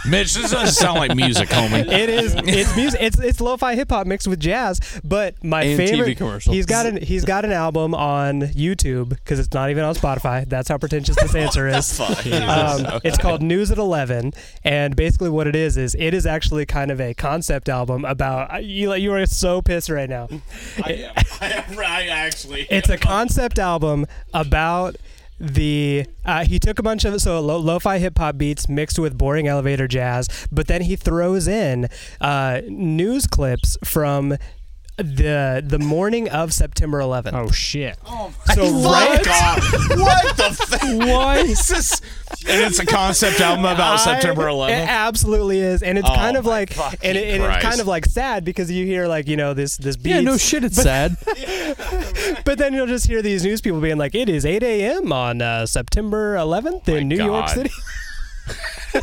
Speaker 7: Mitch, this doesn't sound like music, homie.
Speaker 2: It is it's music. It's it's lo-fi hip hop mixed with jazz. But my
Speaker 3: And TV
Speaker 2: favorite
Speaker 3: commercials.
Speaker 2: He's got an he's got an album on YouTube because it's not even on Spotify. That's how pretentious this answer is. Um, It's called News at Eleven, and basically what it is is it is actually kind of a concept album about. Eli, you are so pissed right now.
Speaker 7: I, am, actually.
Speaker 2: It's a concept album about the uh, he took a bunch of so lo- lo-fi hip hop beats mixed with boring elevator jazz, but then he throws in uh, news clips from the the morning of September 11th.
Speaker 1: Oh shit.
Speaker 2: so right,
Speaker 7: what the fuck?
Speaker 4: And it's a concept album about September
Speaker 2: It
Speaker 4: 11th.
Speaker 2: absolutely is, and it's
Speaker 7: Oh
Speaker 2: kind of
Speaker 7: my
Speaker 2: like, and, it, and it's
Speaker 7: Christ.
Speaker 2: kind of like sad because you hear like you know this this beat,
Speaker 3: Yeah, no shit. It's sad.
Speaker 2: but then you'll just hear these news people being like, "It is 8 a.m. on uh, September 11th in New York
Speaker 7: God.
Speaker 2: City."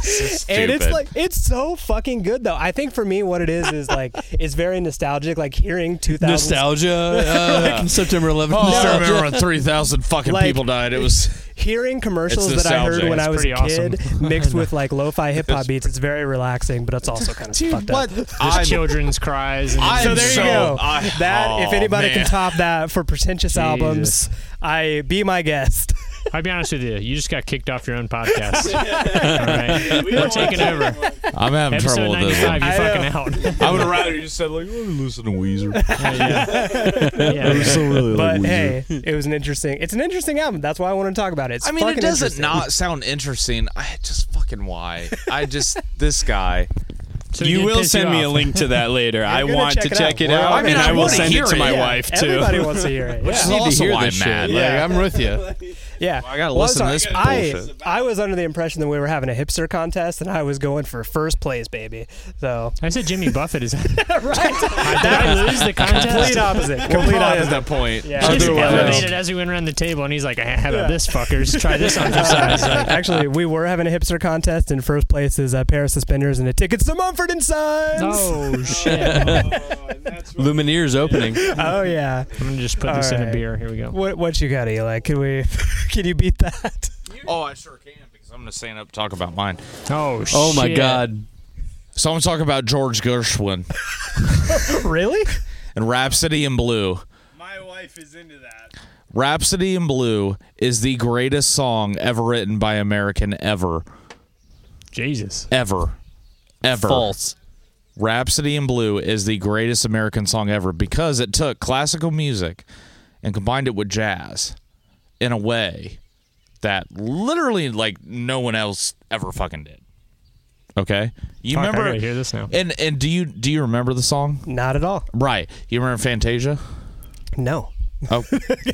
Speaker 7: Stupid.
Speaker 2: And it's like it's so fucking good though. I think for me, what it is is like it's very nostalgic, like hearing 2000s.
Speaker 3: Nostalgia. Uh, September 11th.
Speaker 7: Oh, I
Speaker 3: nostalgia.
Speaker 7: remember when 3,000 fucking
Speaker 2: Like-
Speaker 7: people died. It was.
Speaker 2: Hearing commercials
Speaker 7: It's
Speaker 2: that I heard
Speaker 7: nostalgic.
Speaker 2: when I
Speaker 1: It's
Speaker 2: was a
Speaker 1: pretty awesome.
Speaker 2: kid, mixed with like lo-fi hip hop beats, it's very relaxing, but it's also kind of fucked up.
Speaker 4: I'm-
Speaker 1: There's children's cries. And
Speaker 4: I'm
Speaker 2: So there
Speaker 4: so-
Speaker 2: you go.
Speaker 7: I-
Speaker 2: that
Speaker 7: oh,
Speaker 2: if anybody
Speaker 7: man.
Speaker 2: can top that for pretentious albums, I be my guest.
Speaker 1: I'll be honest with you. You just got kicked off your own podcast. All right. We're taking over.
Speaker 4: I'm having
Speaker 1: Episode
Speaker 4: trouble with this.
Speaker 1: 95,
Speaker 4: One.
Speaker 1: you're
Speaker 2: I
Speaker 1: fucking
Speaker 2: know.
Speaker 1: out.
Speaker 4: I would have rather you just said like, let me listen to Weezer.
Speaker 1: yeah, yeah. Yeah, yeah.
Speaker 2: but hey, it was an interesting. It's an interesting album. That's why I want to talk about it. It's
Speaker 4: I mean, it
Speaker 2: fucking
Speaker 4: doesn't
Speaker 2: interesting.
Speaker 4: not Uh, sound interesting. I just fucking why? I just this guy.
Speaker 1: So
Speaker 5: You
Speaker 1: did
Speaker 5: will
Speaker 1: piss
Speaker 5: send
Speaker 1: you
Speaker 5: me a
Speaker 1: off.
Speaker 5: link to that later. I
Speaker 2: gonna
Speaker 5: want
Speaker 2: check
Speaker 5: to
Speaker 2: it
Speaker 5: check
Speaker 2: out.
Speaker 5: it
Speaker 2: Wow.
Speaker 5: out,
Speaker 2: I mean,
Speaker 5: and
Speaker 2: I
Speaker 5: I will
Speaker 2: wanna
Speaker 5: send
Speaker 4: hear
Speaker 5: it to
Speaker 4: it.
Speaker 5: my
Speaker 4: Yeah,
Speaker 5: wife too.
Speaker 2: Everybody wants to hear it.
Speaker 4: Which
Speaker 2: yeah.
Speaker 4: is
Speaker 3: Need to
Speaker 4: also
Speaker 3: hear
Speaker 4: why I'm
Speaker 3: this shit.
Speaker 4: mad.
Speaker 3: Like
Speaker 4: Like,
Speaker 3: I'm with you.
Speaker 2: Yeah.
Speaker 4: I gotta
Speaker 2: Well,
Speaker 4: listen
Speaker 2: sorry,
Speaker 4: to this
Speaker 2: I,
Speaker 4: bullshit.
Speaker 2: I was under the impression that we were having a hipster contest and I was going for first place, baby. So,
Speaker 1: I said Jimmy Buffett is. Did
Speaker 2: right.
Speaker 1: I lose the
Speaker 2: Complete
Speaker 1: contest?
Speaker 2: opposite.
Speaker 4: Complete
Speaker 3: Oh,
Speaker 2: Complete
Speaker 4: at
Speaker 2: opposite.
Speaker 4: that point.
Speaker 2: Yeah.
Speaker 1: He's
Speaker 4: Otherwise-
Speaker 1: elevated as we went around the table, and he's like, "Eh, "How about this, fuckers? Try this on for size." Like,
Speaker 2: Actually, we were having a hipster contest, and first place is a pair of suspenders and a ticket to Mumford and Sons.
Speaker 1: oh shit!
Speaker 3: Lumineers opening.
Speaker 2: Oh, yeah.
Speaker 1: I'm gonna just put this in a
Speaker 2: Alright.
Speaker 1: beer. Here we go.
Speaker 2: What what you got, Eli? Can we? Can you beat that?
Speaker 4: Oh, I sure can because I'm gonna stand up and talk about mine.
Speaker 1: Oh shit!
Speaker 3: Oh my god.
Speaker 4: So I'm gonna talk about George Gershwin
Speaker 2: really?
Speaker 4: and Rhapsody in Blue.
Speaker 5: My wife is into that.
Speaker 4: Rhapsody in Blue is the greatest song ever written by American ever,
Speaker 1: Jesus.
Speaker 4: ever, ever.
Speaker 3: False.
Speaker 4: Rhapsody in Blue is the greatest American song ever because it took classical music and combined it with jazz in a way that literally like no one else ever fucking did. Okay? You
Speaker 1: Fuck, I
Speaker 4: remember
Speaker 1: gotta hear this now.
Speaker 4: And and do you do you remember the song?
Speaker 2: Not at all.
Speaker 4: Right. You remember Fantasia?
Speaker 2: No.
Speaker 4: Oh,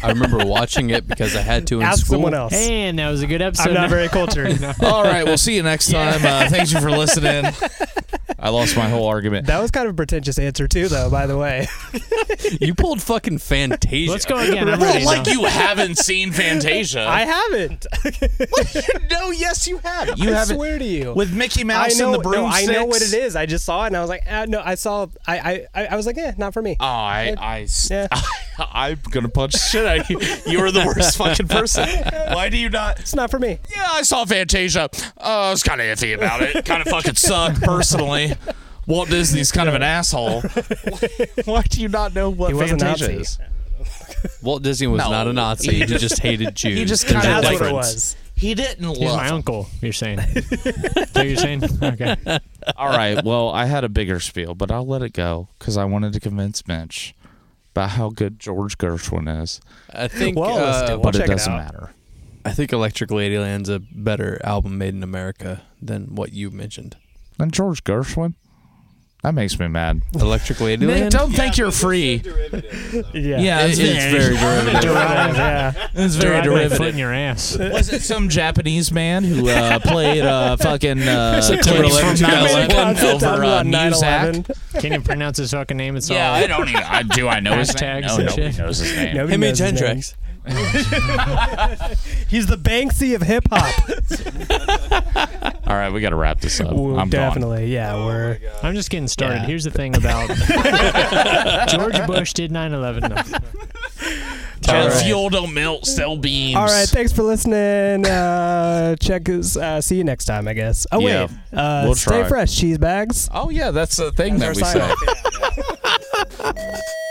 Speaker 3: I remember watching it because I had to in
Speaker 2: Ask
Speaker 3: school.
Speaker 2: someone else.
Speaker 1: And that was a good episode.
Speaker 2: I'm not very cultured.
Speaker 4: all right. We'll see you next time. Uh, thank you for listening. I lost my whole argument.
Speaker 2: That was kind of a pretentious answer too, though. By the way,
Speaker 3: You pulled fucking Fantasia.
Speaker 1: Let's go again. I'm
Speaker 4: Bro,
Speaker 1: ready.
Speaker 4: like you haven't seen Fantasia.
Speaker 2: I haven't.
Speaker 4: no, yes, you have. You
Speaker 2: I
Speaker 4: haven't.
Speaker 2: swear to you.
Speaker 4: with Mickey
Speaker 2: I
Speaker 4: Mouse
Speaker 2: know.
Speaker 4: and the
Speaker 2: no, I
Speaker 4: broomsticks.
Speaker 2: know what it is. I just saw it, and I was like, ah, no. I saw. I I I was like, eh, not for me.
Speaker 4: Oh, I, I, s-
Speaker 2: Yeah.
Speaker 4: I, am gonna punch the shit out of you. You are the worst fucking person. Why do you not?
Speaker 2: It's not for me.
Speaker 4: Yeah, I saw Fantasia. Uh, I was kind of iffy about it. Kind of fucking sucked personally. Walt Disney's kind of an asshole. Why do you not know what
Speaker 2: He was a
Speaker 4: Fantasia
Speaker 2: Nazi.
Speaker 4: is?
Speaker 3: Walt Disney was
Speaker 4: No.
Speaker 3: not a Nazi. He just hated Jews.
Speaker 4: He just
Speaker 3: There's
Speaker 4: kinda
Speaker 3: a
Speaker 2: That's what it
Speaker 3: difference.
Speaker 2: was.
Speaker 4: He didn't love.
Speaker 1: He's my uncle. You're saying? Is that what you're saying? Okay.
Speaker 4: All right. Well, I had a bigger spiel, but I'll let it go because I wanted to convince Mitch about how good George Gershwin is.
Speaker 3: I think.
Speaker 2: Well, let's
Speaker 3: uh,
Speaker 2: do it.
Speaker 4: But
Speaker 2: check
Speaker 4: it doesn't
Speaker 2: out.
Speaker 4: matter.
Speaker 3: I think Electric Ladyland's a better album made in America than what you mentioned.
Speaker 4: And George Gershwin. That makes me mad.
Speaker 3: Electric
Speaker 4: Nick,
Speaker 3: Ladyland.
Speaker 4: don't think you're free.
Speaker 2: Yeah.
Speaker 4: Yeah,
Speaker 3: It is very derivative.
Speaker 2: yeah.
Speaker 4: It's
Speaker 1: Very
Speaker 4: very
Speaker 1: derivative. Foot in
Speaker 4: derivative.
Speaker 1: your ass.
Speaker 4: Was it some Japanese man who uh, played uh, fucking uh,
Speaker 3: September
Speaker 4: clips
Speaker 3: 11,
Speaker 4: from 9/11
Speaker 2: Concept
Speaker 4: over
Speaker 2: album
Speaker 4: uh,
Speaker 2: on
Speaker 4: Muzak?
Speaker 2: 9/11.
Speaker 1: Can you pronounce his fucking name? It's
Speaker 4: Yeah,
Speaker 1: all.
Speaker 4: I don't even. I, do I know his name?
Speaker 1: Hashtags
Speaker 4: No,
Speaker 1: and
Speaker 4: nobody
Speaker 1: shit.
Speaker 4: knows his name.
Speaker 2: Nobody
Speaker 3: Him and
Speaker 2: knows his name.
Speaker 3: Hendrix.
Speaker 2: He's the Banksy of hip hop.
Speaker 4: All right, we got to wrap this up.
Speaker 2: Well,
Speaker 4: I'm gone. Oh,
Speaker 2: definitely, yeah. we're
Speaker 1: I'm just getting started.
Speaker 4: Yeah.
Speaker 1: Here's the thing about George Bush did 9/11. No.
Speaker 4: Jet
Speaker 3: All right.
Speaker 4: fuel don't melt, sell beams.
Speaker 2: all right. Thanks for listening. Uh, check us. Uh, see you next time, I guess. Oh
Speaker 4: Yeah,
Speaker 2: wait, uh,
Speaker 4: we'll
Speaker 2: stay
Speaker 4: try.
Speaker 2: fresh, cheese bags.
Speaker 4: Oh yeah, that's the thing that we
Speaker 2: That's our
Speaker 4: say.
Speaker 2: sign-off.